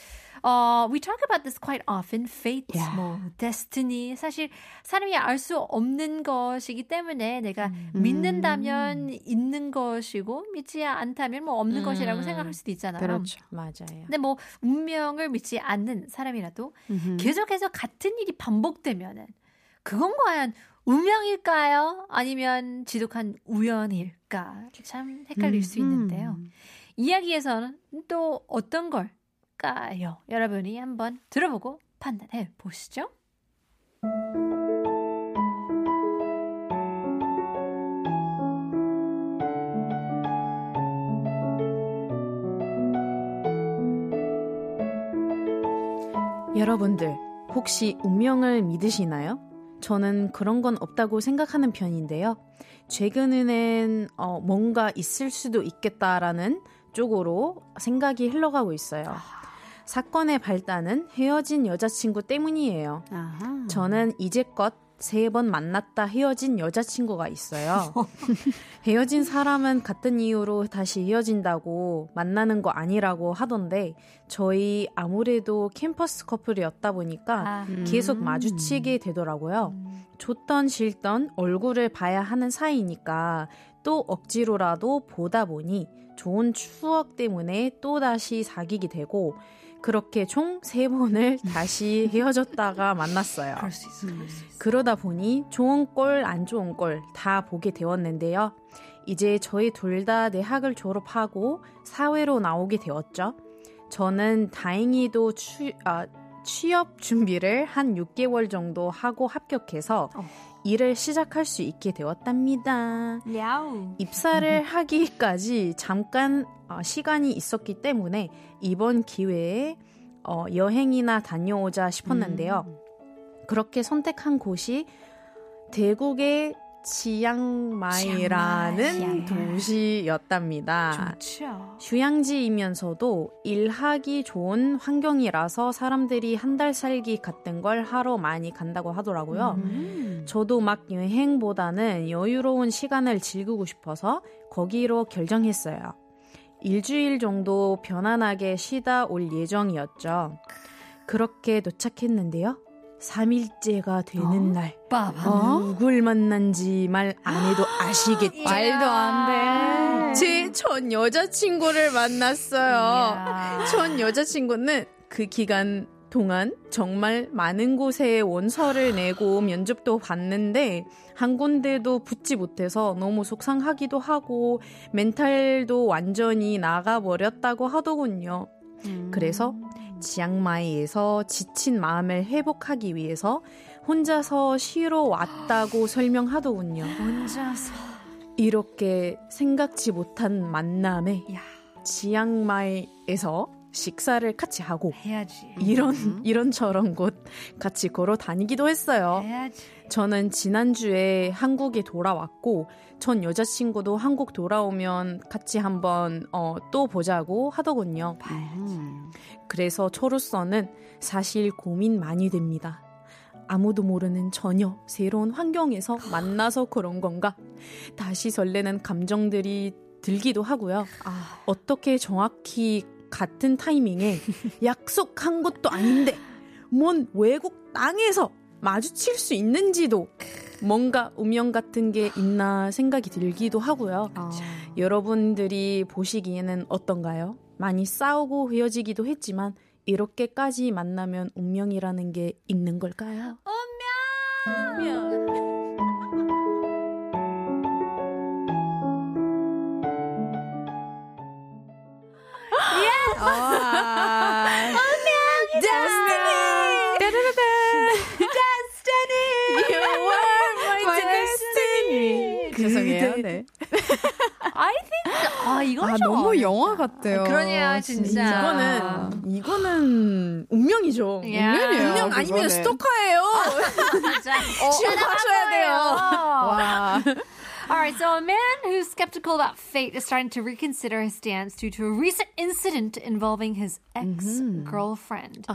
[SPEAKER 2] 어, we talk about this quite often. Fate,
[SPEAKER 4] Yeah.
[SPEAKER 2] 뭐, destiny. 사실 사람이 알 수 없는 것이기 때문에 내가
[SPEAKER 4] 음.
[SPEAKER 2] 믿는다면 있는 것이고 믿지 않다면 뭐 없는 것이라고 생각할 수도 있잖아요.
[SPEAKER 4] 음. 그렇죠.
[SPEAKER 5] 맞아요.
[SPEAKER 2] 근데 뭐 운명을 믿지 않는 사람이라도 계속해서 같은 일이 반복되면은 그건 과연 운명일까요? 아니면 지독한 우연일까? 참 헷갈릴 수 있는데요. 이야기에서는 또 어떤 걸까요? 여러분이 한번 들어보고 판단해 보시죠.
[SPEAKER 5] 여러분들 혹시 운명을 믿으시나요? 저는 그런 건 없다고 생각하는 편인데요. 최근에는 어, 뭔가 있을 수도 있겠다라는 쪽으로 생각이 흘러가고 있어요. 사건의 발단은 헤어진 여자친구 때문이에요.
[SPEAKER 4] 아하.
[SPEAKER 5] 저는 이제껏 세 번 만났다 헤어진 여자친구가 있어요. 헤어진 사람은 같은 이유로 다시 헤어진다고 만나는 거 아니라고 하던데 저희 아무래도 캠퍼스 커플이었다 보니까
[SPEAKER 2] 아,
[SPEAKER 5] 계속 마주치게 되더라고요. 좋던 싫던 얼굴을 봐야 하는 사이니까 또 억지로라도 보다 보니 좋은 추억 때문에 또 다시 사귀게 되고 그렇게 총 세 번을 <laughs> 다시 헤어졌다가 만났어요.
[SPEAKER 2] 그럴 수 있어. 그럴 수 있어.
[SPEAKER 5] 그러다 보니 좋은 꼴, 안 좋은 꼴 다 보게 되었는데요. 이제 저희 둘 다 대학을 졸업하고 사회로 나오게 되었죠. 저는 다행히도 취, 아, 취업 준비를 한 6개월 정도 하고 합격해서
[SPEAKER 2] 어.
[SPEAKER 5] 일을 시작할 수 있게 되었답니다.
[SPEAKER 2] 야우. 음.
[SPEAKER 5] 입사를 하기까지 잠깐 어, 시간이 있었기 때문에 이번 기회에 어, 여행이나 다녀오자 싶었는데요.
[SPEAKER 2] 음.
[SPEAKER 5] 그렇게 선택한 곳이 대국의 지앙마이라는
[SPEAKER 2] 지앙마이.
[SPEAKER 5] 도시였답니다.
[SPEAKER 2] 좋죠.
[SPEAKER 5] 휴양지이면서도 일하기 좋은 환경이라서 사람들이 한 달 살기 같은 걸 하러 많이 간다고 하더라고요.
[SPEAKER 2] 음.
[SPEAKER 4] 음.
[SPEAKER 5] 저도 막 여행보다는 여유로운 시간을 즐기고 싶어서 거기로 결정했어요. 일주일 정도 편안하게 쉬다 올 예정이었죠. 그렇게 도착했는데요. 3일째가
[SPEAKER 2] 어?
[SPEAKER 5] 되는 날
[SPEAKER 2] 빠밤.
[SPEAKER 5] 누굴 만난지 말
[SPEAKER 2] <gasps>
[SPEAKER 5] 안 해도 아시겠죠.
[SPEAKER 2] 말도 안 돼.
[SPEAKER 5] 제 전 여자친구를 만났어요. 전 여자친구는 그 기간 동안 정말 많은 곳에 원서를 내고 면접도 봤는데 한 군데도 붙지 못해서 너무 속상하기도 하고 멘탈도 완전히 나가버렸다고 하더군요.
[SPEAKER 4] 음.
[SPEAKER 5] 그래서 치앙마이에서 지친 마음을 회복하기 위해서 혼자서 쉬러 왔다고 설명하더군요.
[SPEAKER 2] 혼자서.
[SPEAKER 5] 이렇게 생각지 못한 만남에 지앙마이에서 식사를 같이 하고
[SPEAKER 2] 음. 해야지.
[SPEAKER 5] 이런 이런 저런 곳 같이 걸어 다니기도 했어요.
[SPEAKER 2] 해야지.
[SPEAKER 5] 저는 지난주에 한국에 돌아왔고 전 여자친구도 한국 돌아오면 같이 한번 어, 또 보자고 하더군요.
[SPEAKER 4] 음.
[SPEAKER 5] 그래서 저로서는 사실 고민 많이 됩니다. 아무도 모르는 전혀 새로운 환경에서 만나서 그런 건가? 다시 설레는 감정들이 들기도 하고요. 어떻게 정확히 같은 타이밍에 약속한 것도 아닌데 뭔 외국 땅에서 마주칠 수 있는지도 뭔가 운명 같은 게 있나 생각이 들기도 하고요.
[SPEAKER 4] 어.
[SPEAKER 5] 여러분들이 보시기에는 어떤가요? 많이 싸우고 헤어지기도 했지만 이렇게까지 만나면 운명이라는 게 있는 걸까요? 운명! 예. 죄송해요. 네.
[SPEAKER 2] 아, 이건
[SPEAKER 4] 아
[SPEAKER 2] 좀
[SPEAKER 4] 너무
[SPEAKER 2] 어려-
[SPEAKER 4] 영화 같아요.
[SPEAKER 2] 그러네요, 진짜. 아.
[SPEAKER 5] 이거는 이거는 운명이죠.
[SPEAKER 2] 야.
[SPEAKER 4] 운명이에요.
[SPEAKER 5] 운명 아니면
[SPEAKER 4] 그거는.
[SPEAKER 5] 스토커예요.
[SPEAKER 2] 진짜.
[SPEAKER 5] 실망하셔야 돼요.
[SPEAKER 2] <laughs>
[SPEAKER 4] 와.
[SPEAKER 2] Alright, so a man who's skeptical about fate is starting to reconsider his stance due to a recent incident involving his ex girlfriend.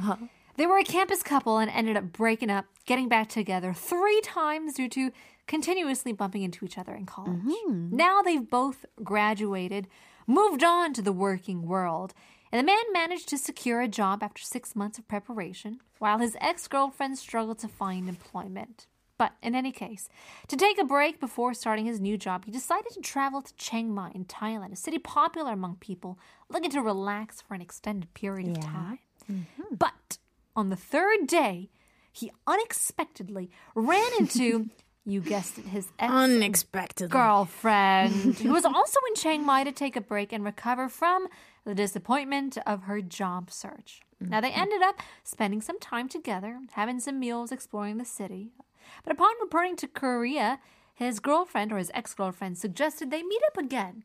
[SPEAKER 2] They were a campus couple and ended up breaking up, getting back together three times due to continuously bumping into each other in college. Now they've both graduated, moved on to the working world, and the man managed to secure a job after six months of preparation, while his ex girlfriend struggled to find employment. But in any case, to take a break before starting his new job, he decided to travel to Chiang Mai in Thailand, a city popular among people looking to relax for an extended period of time. But on the third day, he unexpectedly ran into, you guessed it, his ex
[SPEAKER 5] Unexpected.
[SPEAKER 2] girlfriend, <laughs> who was also in Chiang Mai to take a break and recover from the disappointment of her job search. Now, they ended up spending some time together, having some meals, exploring the city. But upon returning to Korea, his girlfriend or his ex girlfriend suggested they meet up again.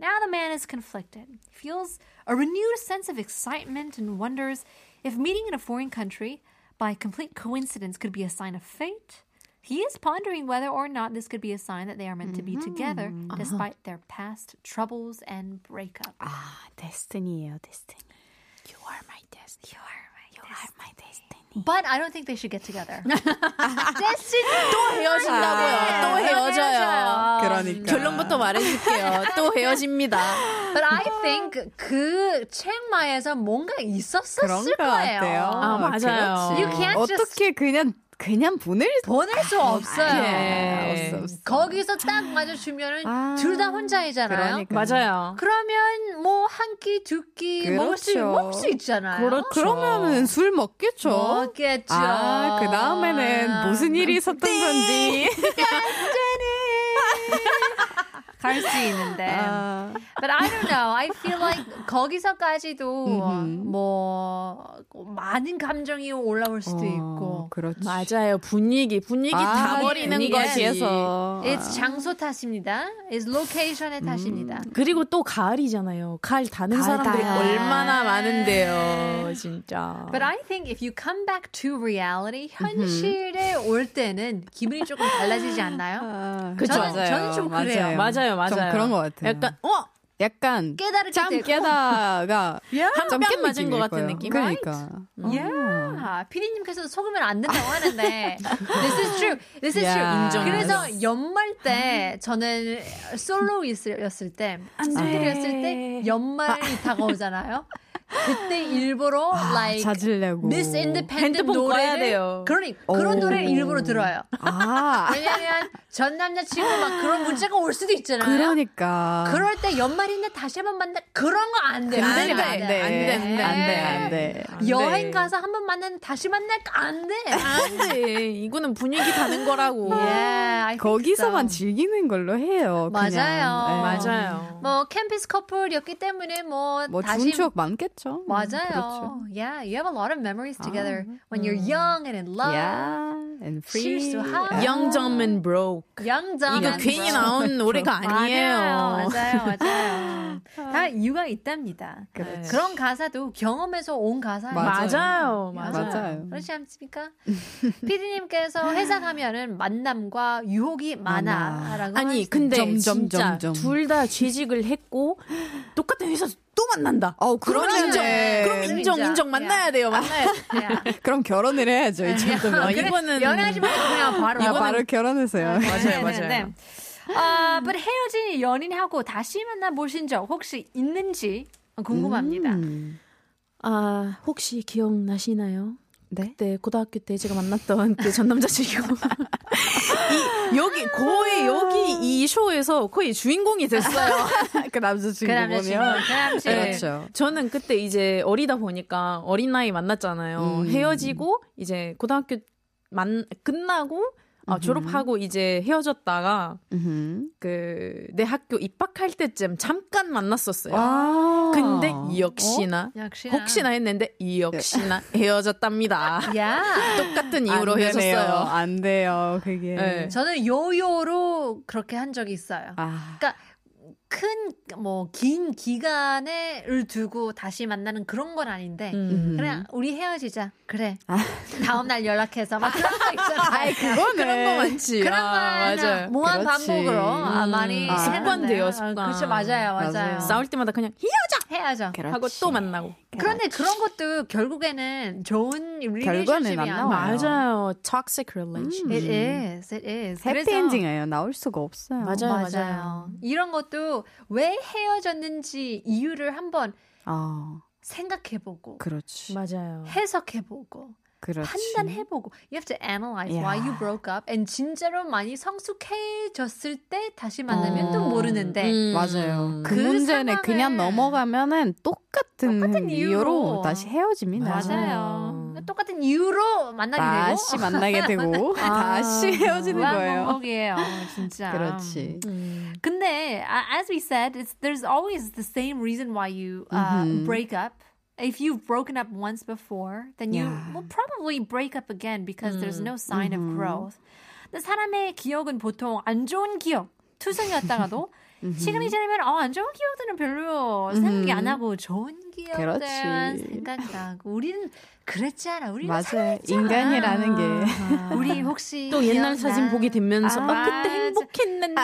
[SPEAKER 2] Now the man is conflicted. He feels a renewed sense of excitement and wonders if meeting in a foreign country by complete coincidence could be a sign of fate. He is pondering whether or not this could be a sign that they are meant to be together despite their past troubles and breakup.
[SPEAKER 4] 아 데스티니예요 데스티니.
[SPEAKER 2] But I don't think they should get <laughs> together. <laughs> Destiny.
[SPEAKER 5] 아, 헤어진다고요. 또
[SPEAKER 2] 아,
[SPEAKER 5] 헤어져요.
[SPEAKER 4] 그러니까.
[SPEAKER 5] 결론부터 말해줄게요. 또 헤어집니다.
[SPEAKER 2] But I think 그 책마에서 뭔가 있었었을
[SPEAKER 4] 그런 것
[SPEAKER 2] 거예요.
[SPEAKER 4] 같아요. 그렇죠.
[SPEAKER 5] 아, 맞아요.
[SPEAKER 2] You can't just
[SPEAKER 4] 어떻게 그냥 그냥 보낼
[SPEAKER 2] 보낼 수 없어요.
[SPEAKER 5] 예.
[SPEAKER 4] 없어, 없어.
[SPEAKER 2] 거기서 딱 마주치면은
[SPEAKER 4] 아,
[SPEAKER 2] 둘 다 혼자이잖아요.
[SPEAKER 4] 그러니까.
[SPEAKER 5] 맞아요.
[SPEAKER 2] 그러면 뭐 한 끼 두 끼 먹을 수
[SPEAKER 4] 그렇죠.
[SPEAKER 2] 먹을 수 있잖아요. 뭐,
[SPEAKER 5] 그렇죠.
[SPEAKER 4] 그러면은 술 먹겠죠.
[SPEAKER 2] 먹겠죠.
[SPEAKER 4] 아, 그 다음에는 무슨
[SPEAKER 2] 아,
[SPEAKER 4] 일이 있었던 건지.
[SPEAKER 2] 음, 갈 수 있는데.
[SPEAKER 4] 아,
[SPEAKER 2] But I don't know. I feel like 거기서까지도 뭐 많은 감정이 올라올 수도 있고.
[SPEAKER 4] 어, 그렇지.
[SPEAKER 5] 맞아요. 분위기, 아, 분위기 다 버리는
[SPEAKER 2] 분위기.
[SPEAKER 5] 것이.
[SPEAKER 4] 아.
[SPEAKER 2] It's 장소 탓입니다. It's location의 탓입니다.
[SPEAKER 5] 그리고 또 가을이잖아요. 가을 다는 사람들이
[SPEAKER 4] 달아요.
[SPEAKER 5] 얼마나 많은데요, 진짜.
[SPEAKER 2] But I think if you come back to reality, 현실에 올 때는 기분이 조금 달라지지 않나요?
[SPEAKER 4] 아,
[SPEAKER 2] 저는- 저는 좀 그래요.
[SPEAKER 5] 맞아요, 맞아요.
[SPEAKER 4] 좀 그런 것 같아요.
[SPEAKER 5] 약간, 어?
[SPEAKER 4] 약간
[SPEAKER 2] 깨달을
[SPEAKER 4] 짬 깨다가 짬
[SPEAKER 5] 한뺨
[SPEAKER 4] 깬
[SPEAKER 5] 맞은 것
[SPEAKER 4] 느낌일
[SPEAKER 5] 같은
[SPEAKER 4] 거예요.
[SPEAKER 5] 느낌.
[SPEAKER 4] 그러니까.
[SPEAKER 5] 어.
[SPEAKER 2] 야, 피디님께서 속으면 안 된다고 하는데 This is true, this is
[SPEAKER 4] 야.
[SPEAKER 2] true.
[SPEAKER 5] 인정.
[SPEAKER 2] 그래서 연말
[SPEAKER 5] 음.
[SPEAKER 2] 때 저는 솔로였을 때 싱글이었을 때
[SPEAKER 5] 아.
[SPEAKER 2] 연말이 다가오잖아요. 그때 일부러
[SPEAKER 4] 아,
[SPEAKER 2] like
[SPEAKER 4] 자질내고.
[SPEAKER 2] Miss Independent
[SPEAKER 5] 핸드폰 꺼야
[SPEAKER 2] 노래를
[SPEAKER 5] 돼요.
[SPEAKER 2] 그러니 그런
[SPEAKER 4] 오.
[SPEAKER 2] 노래를 일부러 들어요.
[SPEAKER 4] 아,
[SPEAKER 2] 왜냐면 전 남자친구 막 그런 문자가 올 수도 있잖아요.
[SPEAKER 4] 그러니까.
[SPEAKER 2] 그럴 때 연말인데 다시 한번 만나 그런 거 안 돼.
[SPEAKER 5] 안 돼, 안 돼, 안 돼, 안 돼,
[SPEAKER 4] 안 돼.
[SPEAKER 2] 아,
[SPEAKER 4] 네.
[SPEAKER 5] 안 돼.
[SPEAKER 2] 여행 가서 한 번 만나는 다시 만날까 안 돼.
[SPEAKER 5] 안돼 이거는 분위기 다는
[SPEAKER 2] <laughs>
[SPEAKER 5] 거라고.
[SPEAKER 2] 예. Yeah, I think
[SPEAKER 4] 예, 거기서만
[SPEAKER 2] so.
[SPEAKER 4] 즐기는 걸로 해요. 그냥.
[SPEAKER 2] 맞아요.
[SPEAKER 4] 네.
[SPEAKER 5] 맞아요.
[SPEAKER 2] 뭐 캠피스 커플이었기 때문에 뭐,
[SPEAKER 4] 뭐
[SPEAKER 2] 다시
[SPEAKER 4] 좋은 추억 많겠죠.
[SPEAKER 2] 맞아요.
[SPEAKER 4] 그렇죠. 아, 음.
[SPEAKER 2] Yeah, you have a lot of memories together when you're young and in love.
[SPEAKER 4] Yeah, and free.
[SPEAKER 2] 아,
[SPEAKER 4] 아.
[SPEAKER 2] 실수하-
[SPEAKER 5] Young, dumb and broke.
[SPEAKER 2] Young, dumb,
[SPEAKER 5] 이거
[SPEAKER 2] and
[SPEAKER 5] 괜히
[SPEAKER 2] broke.
[SPEAKER 5] 나온 노래가 아니에요.
[SPEAKER 2] 아, 맞아요, 맞아요, 맞아요. <laughs> 다 이유가 있답니다.
[SPEAKER 4] 그렇죠.
[SPEAKER 2] 그런 가사도 경험에서 온 가사예요.
[SPEAKER 5] 맞아요. 맞아요.
[SPEAKER 4] 맞아요.
[SPEAKER 2] 그렇지 않습니까? 피디님께서 회사 가면은 만남과 유혹이 많아라고.
[SPEAKER 5] 아니
[SPEAKER 2] 하시-
[SPEAKER 5] 근데
[SPEAKER 4] 점점,
[SPEAKER 5] 진짜
[SPEAKER 4] 점점.
[SPEAKER 5] 둘 다 취직을 했고 <gasps> 똑같은 회사에서 또 만난다.
[SPEAKER 4] 어,
[SPEAKER 5] 그럼
[SPEAKER 4] 그러네.
[SPEAKER 5] 인정. 그럼
[SPEAKER 2] 그럼
[SPEAKER 5] 인정
[SPEAKER 2] 인정.
[SPEAKER 5] 인정 만나야 돼요. <laughs> 만나야 돼요.
[SPEAKER 2] 야.
[SPEAKER 4] <laughs> 그럼 결혼을 해야죠. 네, 뭐. 이 정도면.
[SPEAKER 5] 아,
[SPEAKER 2] 네. 그래, 네.
[SPEAKER 5] 이거는-
[SPEAKER 2] 연애하지 말고 그냥 바로
[SPEAKER 4] 아, 바로 결혼했어요.
[SPEAKER 5] 맞아요, 맞아요.
[SPEAKER 2] 아, but 헤어진 연인하고 다시 만나보신 적 혹시 있는지 궁금합니다.
[SPEAKER 4] 음. <laughs>
[SPEAKER 5] 아 혹시 기억나시나요?
[SPEAKER 4] 네.
[SPEAKER 5] 그때 고등학교 때 제가 만났던 그
[SPEAKER 4] <laughs>
[SPEAKER 5] 전 남자친구 이, 여기 거의 여기 이 쇼에서 거의 주인공이 됐어요.
[SPEAKER 4] 그 남자친구
[SPEAKER 2] 그 남자친구,
[SPEAKER 4] 보면.
[SPEAKER 2] 그 남친.
[SPEAKER 5] 네.
[SPEAKER 4] 그렇죠.
[SPEAKER 5] 저는 그때 이제 어리다 보니까 어린 나이 만났잖아요.
[SPEAKER 4] 음.
[SPEAKER 5] 헤어지고 이제 고등학교 만 끝나고 아, 졸업하고 이제 헤어졌다가
[SPEAKER 4] 음흠.
[SPEAKER 5] 그 내 학교 입학할 때쯤 잠깐 만났었어요.
[SPEAKER 4] 아. 어?
[SPEAKER 5] 근데 역시나
[SPEAKER 2] 역시나.
[SPEAKER 5] 혹시나 했는데
[SPEAKER 4] 네.
[SPEAKER 5] 역시나 헤어졌답니다.
[SPEAKER 2] 야,
[SPEAKER 5] 똑같은
[SPEAKER 4] 안
[SPEAKER 5] 이유로
[SPEAKER 4] 되네요.
[SPEAKER 5] 헤어졌어요. 아,
[SPEAKER 4] 안 돼요. 그게.
[SPEAKER 5] 네.
[SPEAKER 2] 저는 요요로 그렇게 한 적이 있어요.
[SPEAKER 4] 아.
[SPEAKER 2] 큰 뭐 긴 기간을 두고 다시 만나는 그런 건 아닌데
[SPEAKER 5] 음.
[SPEAKER 2] 그냥 우리 헤어지자 그래 다음 날 연락해서 막 그런 거
[SPEAKER 4] <laughs>
[SPEAKER 2] 있잖아요.
[SPEAKER 4] 아. 그거는
[SPEAKER 5] 그런 거 많지.
[SPEAKER 2] 그런
[SPEAKER 5] 아,
[SPEAKER 2] 거는
[SPEAKER 5] 맞아요.
[SPEAKER 2] 무한
[SPEAKER 4] 그렇지.
[SPEAKER 2] 반복으로 아,
[SPEAKER 5] 음.
[SPEAKER 2] 많이
[SPEAKER 4] 아.
[SPEAKER 2] 해놨네요.
[SPEAKER 5] 습관돼요,
[SPEAKER 2] 아,
[SPEAKER 5] 습관.
[SPEAKER 2] 그렇죠 맞아요 맞아요.
[SPEAKER 4] 맞아요.
[SPEAKER 5] 싸울 때마다 그냥 히
[SPEAKER 2] 해야죠.
[SPEAKER 5] 하고 또 만나고.
[SPEAKER 2] 그런데 그런 것도 결국에는 좋은
[SPEAKER 4] 결과는 안
[SPEAKER 2] 릴레이션십이
[SPEAKER 4] 나와요. 음.
[SPEAKER 5] 맞아요. toxic relation.
[SPEAKER 2] It is, it is. 그래서-
[SPEAKER 4] 해피엔딩이에요. 나올 수가 없어요.
[SPEAKER 5] 맞아요, 맞아요.
[SPEAKER 2] 이런 것도 왜 헤어졌는지 이유를 한번
[SPEAKER 4] 아,
[SPEAKER 2] 생각해보고
[SPEAKER 5] 음.
[SPEAKER 4] 그렇지.
[SPEAKER 5] 맞아요.
[SPEAKER 2] 해석해보고
[SPEAKER 4] 그렇죠. 그렇지.
[SPEAKER 2] 판단해보고 you have to analyze
[SPEAKER 4] 야.
[SPEAKER 2] why you broke up and 진짜로 많이 성숙해졌을 때 다시 만나면 또
[SPEAKER 4] 어.
[SPEAKER 2] 모르는데
[SPEAKER 5] 음.
[SPEAKER 4] 맞아요. 그,
[SPEAKER 2] 그
[SPEAKER 4] 문제는
[SPEAKER 2] 상황을-
[SPEAKER 4] 그냥 넘어가면은 똑같은,
[SPEAKER 2] 똑같은 이유로
[SPEAKER 4] 이유로 다시 헤어집니다.
[SPEAKER 2] 맞아요 똑같은 이유로 만나게
[SPEAKER 4] 다시
[SPEAKER 2] 되고 어, 아,
[SPEAKER 4] 만나게
[SPEAKER 2] <laughs>
[SPEAKER 4] 되고 다시 헤어지는 거예요.
[SPEAKER 2] 무한반복이에요 진짜
[SPEAKER 4] <laughs> 그렇지.
[SPEAKER 5] 음.
[SPEAKER 2] 근데 uh, as we said, it's, there's always the same reason why you uh,
[SPEAKER 5] Mm-hmm.
[SPEAKER 4] Mhm.
[SPEAKER 2] break up. If you've broken up once before, then you
[SPEAKER 4] Yeah.
[SPEAKER 2] will probably break up again because there's no
[SPEAKER 5] Mm.
[SPEAKER 2] sign
[SPEAKER 5] Mm-hmm.
[SPEAKER 2] of growth. 근데 사람의 기억은 보통 안 좋은 기억
[SPEAKER 5] <laughs>
[SPEAKER 2] 투성이었다가도
[SPEAKER 5] Mm-hmm.
[SPEAKER 2] 시간이 지나면 어, 안 좋은 기억들은 별로 생각 안 하고 좋은 기억들만
[SPEAKER 4] 그렇지.
[SPEAKER 2] 생각나고 우리는 그랬지 않아. 우리는
[SPEAKER 4] 맞아요.
[SPEAKER 2] 살았잖아.
[SPEAKER 4] 인간이라는 게
[SPEAKER 2] 우리
[SPEAKER 5] <laughs>
[SPEAKER 2] 혹시
[SPEAKER 5] 또 옛날
[SPEAKER 2] 기억나?
[SPEAKER 5] 사진 보게 되면서
[SPEAKER 2] 아,
[SPEAKER 5] 막 그때
[SPEAKER 2] 맞아. 아,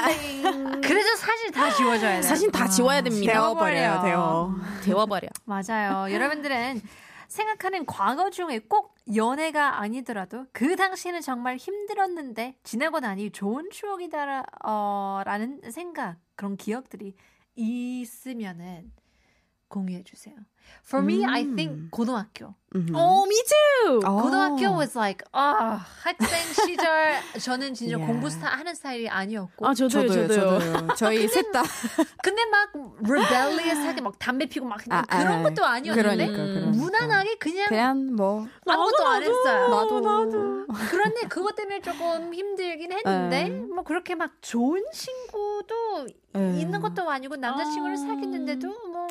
[SPEAKER 5] 행복했는데
[SPEAKER 2] 그래서 사진
[SPEAKER 5] <laughs>
[SPEAKER 2] 다 지워줘야 돼.
[SPEAKER 5] 사진
[SPEAKER 4] 아,
[SPEAKER 5] 다 지워야 됩니다.
[SPEAKER 4] 데워버려요, 데워.
[SPEAKER 5] 아, 데워버려.
[SPEAKER 2] 맞아요. 여러분들은 생각하는 과거 중에 꼭 연애가 아니더라도 그 당시에는 정말 힘들었는데 지나고 나니 좋은 추억이다라는 생각 그런 기억들이 있으면은 공유해 주세요. For me, I think 고등학교.
[SPEAKER 4] 음.
[SPEAKER 5] 어, me too.
[SPEAKER 4] 어.
[SPEAKER 2] 고등학교 was like 아 학생 시절 저는 진짜
[SPEAKER 4] Yeah.
[SPEAKER 2] 공부 스타 하는 스타일이 아니었고
[SPEAKER 5] 아, 저도요,
[SPEAKER 4] 저도요,
[SPEAKER 5] 저도요.
[SPEAKER 4] 저도요. 저희
[SPEAKER 2] 아,
[SPEAKER 4] 셋 다.
[SPEAKER 2] 근데 막 rebellious하게 막 담배 피고 막
[SPEAKER 4] 아, 아,
[SPEAKER 2] 그런 것도 아니었는데
[SPEAKER 4] 그러니까, 그러니까.
[SPEAKER 2] 무난하게 그냥
[SPEAKER 4] 그냥 뭐
[SPEAKER 2] 아무것도 안 했어요.
[SPEAKER 4] 나도 나도
[SPEAKER 2] 그런데 그것 때문에 조금 힘들긴 했는데
[SPEAKER 4] 에.
[SPEAKER 2] 뭐 그렇게 막 좋은 친구도
[SPEAKER 4] 에.
[SPEAKER 2] 있는 것도 아니고 남자친구를
[SPEAKER 5] 아.
[SPEAKER 2] 사귀는데도 뭐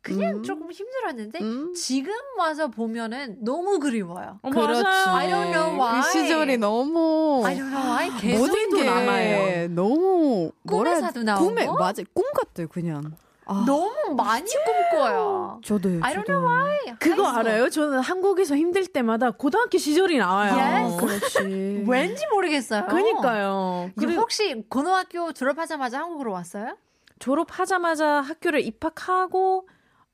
[SPEAKER 2] 그냥
[SPEAKER 4] 음.
[SPEAKER 2] 조금 힘들었는데
[SPEAKER 4] 음.
[SPEAKER 2] 지금 와서 보면은 너무 그리워요.
[SPEAKER 5] 어,
[SPEAKER 4] 그렇지.
[SPEAKER 5] 맞아요.
[SPEAKER 2] I don't know why.
[SPEAKER 4] 그 시절이 너무 아,
[SPEAKER 2] I don't know why 계속
[SPEAKER 4] 모든 게
[SPEAKER 5] 남아요.
[SPEAKER 4] 너무 뭐라 해야
[SPEAKER 2] 꿈에서도
[SPEAKER 4] 되지?
[SPEAKER 2] 나오고?
[SPEAKER 4] 꿈에 맞아 꿈 같아요 그냥 아,
[SPEAKER 2] 너무 많이 꿈꿔요.
[SPEAKER 4] 저도요
[SPEAKER 2] I don't
[SPEAKER 4] 저도요.
[SPEAKER 2] know why.
[SPEAKER 5] 그거
[SPEAKER 2] 하이스쿨.
[SPEAKER 5] 알아요? 저는 한국에서 힘들 때마다 고등학교 시절이 나와요.
[SPEAKER 2] Yes.
[SPEAKER 4] 아, 그렇지
[SPEAKER 2] 왠지 모르겠어요.
[SPEAKER 5] 그러니까요.
[SPEAKER 2] 혹시 고등학교 졸업하자마자 한국으로 왔어요?
[SPEAKER 5] 졸업하자마자 학교를 입학하고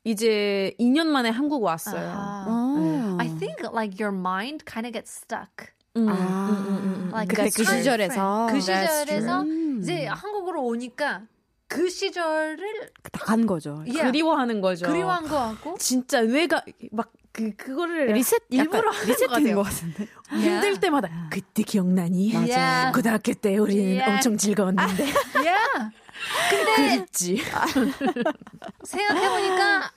[SPEAKER 5] 이제 2년 만에 한국 왔어요.
[SPEAKER 2] 아.
[SPEAKER 4] 어.
[SPEAKER 2] I think like your mind kind of gets stuck.
[SPEAKER 5] 음,
[SPEAKER 4] 아.
[SPEAKER 5] 음, 음, 음, 음.
[SPEAKER 2] Like
[SPEAKER 4] 그때
[SPEAKER 2] that's
[SPEAKER 4] 그
[SPEAKER 2] time
[SPEAKER 4] 시절에서.
[SPEAKER 2] frame. 그
[SPEAKER 5] That's
[SPEAKER 2] 시절에서
[SPEAKER 4] 음.
[SPEAKER 2] 이제 한국으로 오니까 그 시절을
[SPEAKER 4] 다간 거죠.
[SPEAKER 2] 예,
[SPEAKER 5] 그리워하는 거죠.
[SPEAKER 2] 그리워한 거 같고
[SPEAKER 5] 진짜 뇌가 막 그 그거를
[SPEAKER 4] 리셋
[SPEAKER 5] 일부러
[SPEAKER 4] 약간
[SPEAKER 5] 하는 것
[SPEAKER 4] 리셋된
[SPEAKER 5] 같아요.
[SPEAKER 4] 것 같은데.
[SPEAKER 5] <gasps> 힘들 때마다 그 그때 기억나니?
[SPEAKER 2] 맞아요.
[SPEAKER 5] 고등학교 때 우리는
[SPEAKER 2] Yeah.
[SPEAKER 5] 엄청 즐거웠는데
[SPEAKER 2] <laughs> yeah.
[SPEAKER 5] 그립지.
[SPEAKER 2] 생각해보니까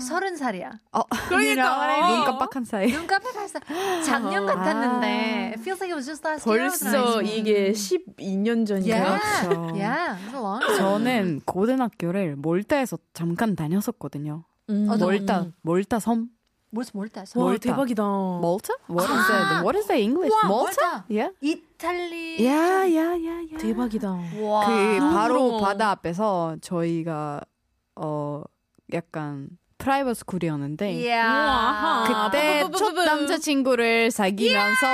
[SPEAKER 2] 서른 살이야.
[SPEAKER 4] 어,
[SPEAKER 5] 그러니까.
[SPEAKER 4] 눈 깜빡한 사이.
[SPEAKER 2] 눈 깜빡했어. 작년 같았는데. Feels like it was just last year.
[SPEAKER 5] 벌써
[SPEAKER 2] 음.
[SPEAKER 5] 이게 12년 전인가?
[SPEAKER 2] Yeah.
[SPEAKER 4] 그렇죠.
[SPEAKER 2] Yeah. It's a long time.
[SPEAKER 4] 저는 고등학교를 몰다에서 잠깐 다녔었거든요.
[SPEAKER 5] 음.
[SPEAKER 2] 어떤-
[SPEAKER 4] 몰다 몰다 섬.
[SPEAKER 2] 뭘뭘다
[SPEAKER 5] 와
[SPEAKER 4] 멀다.
[SPEAKER 5] 대박이다.
[SPEAKER 4] Malta? What is that? What is that English?
[SPEAKER 2] 와,
[SPEAKER 4] Malta?
[SPEAKER 2] 멀다.
[SPEAKER 4] Yeah.
[SPEAKER 2] 이탈리.
[SPEAKER 4] Yeah, yeah, yeah, yeah.
[SPEAKER 5] 대박이다.
[SPEAKER 2] 와.
[SPEAKER 4] 그 바로
[SPEAKER 5] 부러워.
[SPEAKER 4] 바다 앞에서 저희가 어 약간 프라이빗 스쿨이었는데
[SPEAKER 2] 예. Yeah.
[SPEAKER 5] 우와.
[SPEAKER 4] 그때
[SPEAKER 5] 아,
[SPEAKER 4] 첫
[SPEAKER 5] 뿌뿌뿌뿌뿌.
[SPEAKER 4] 남자친구를 사귀면서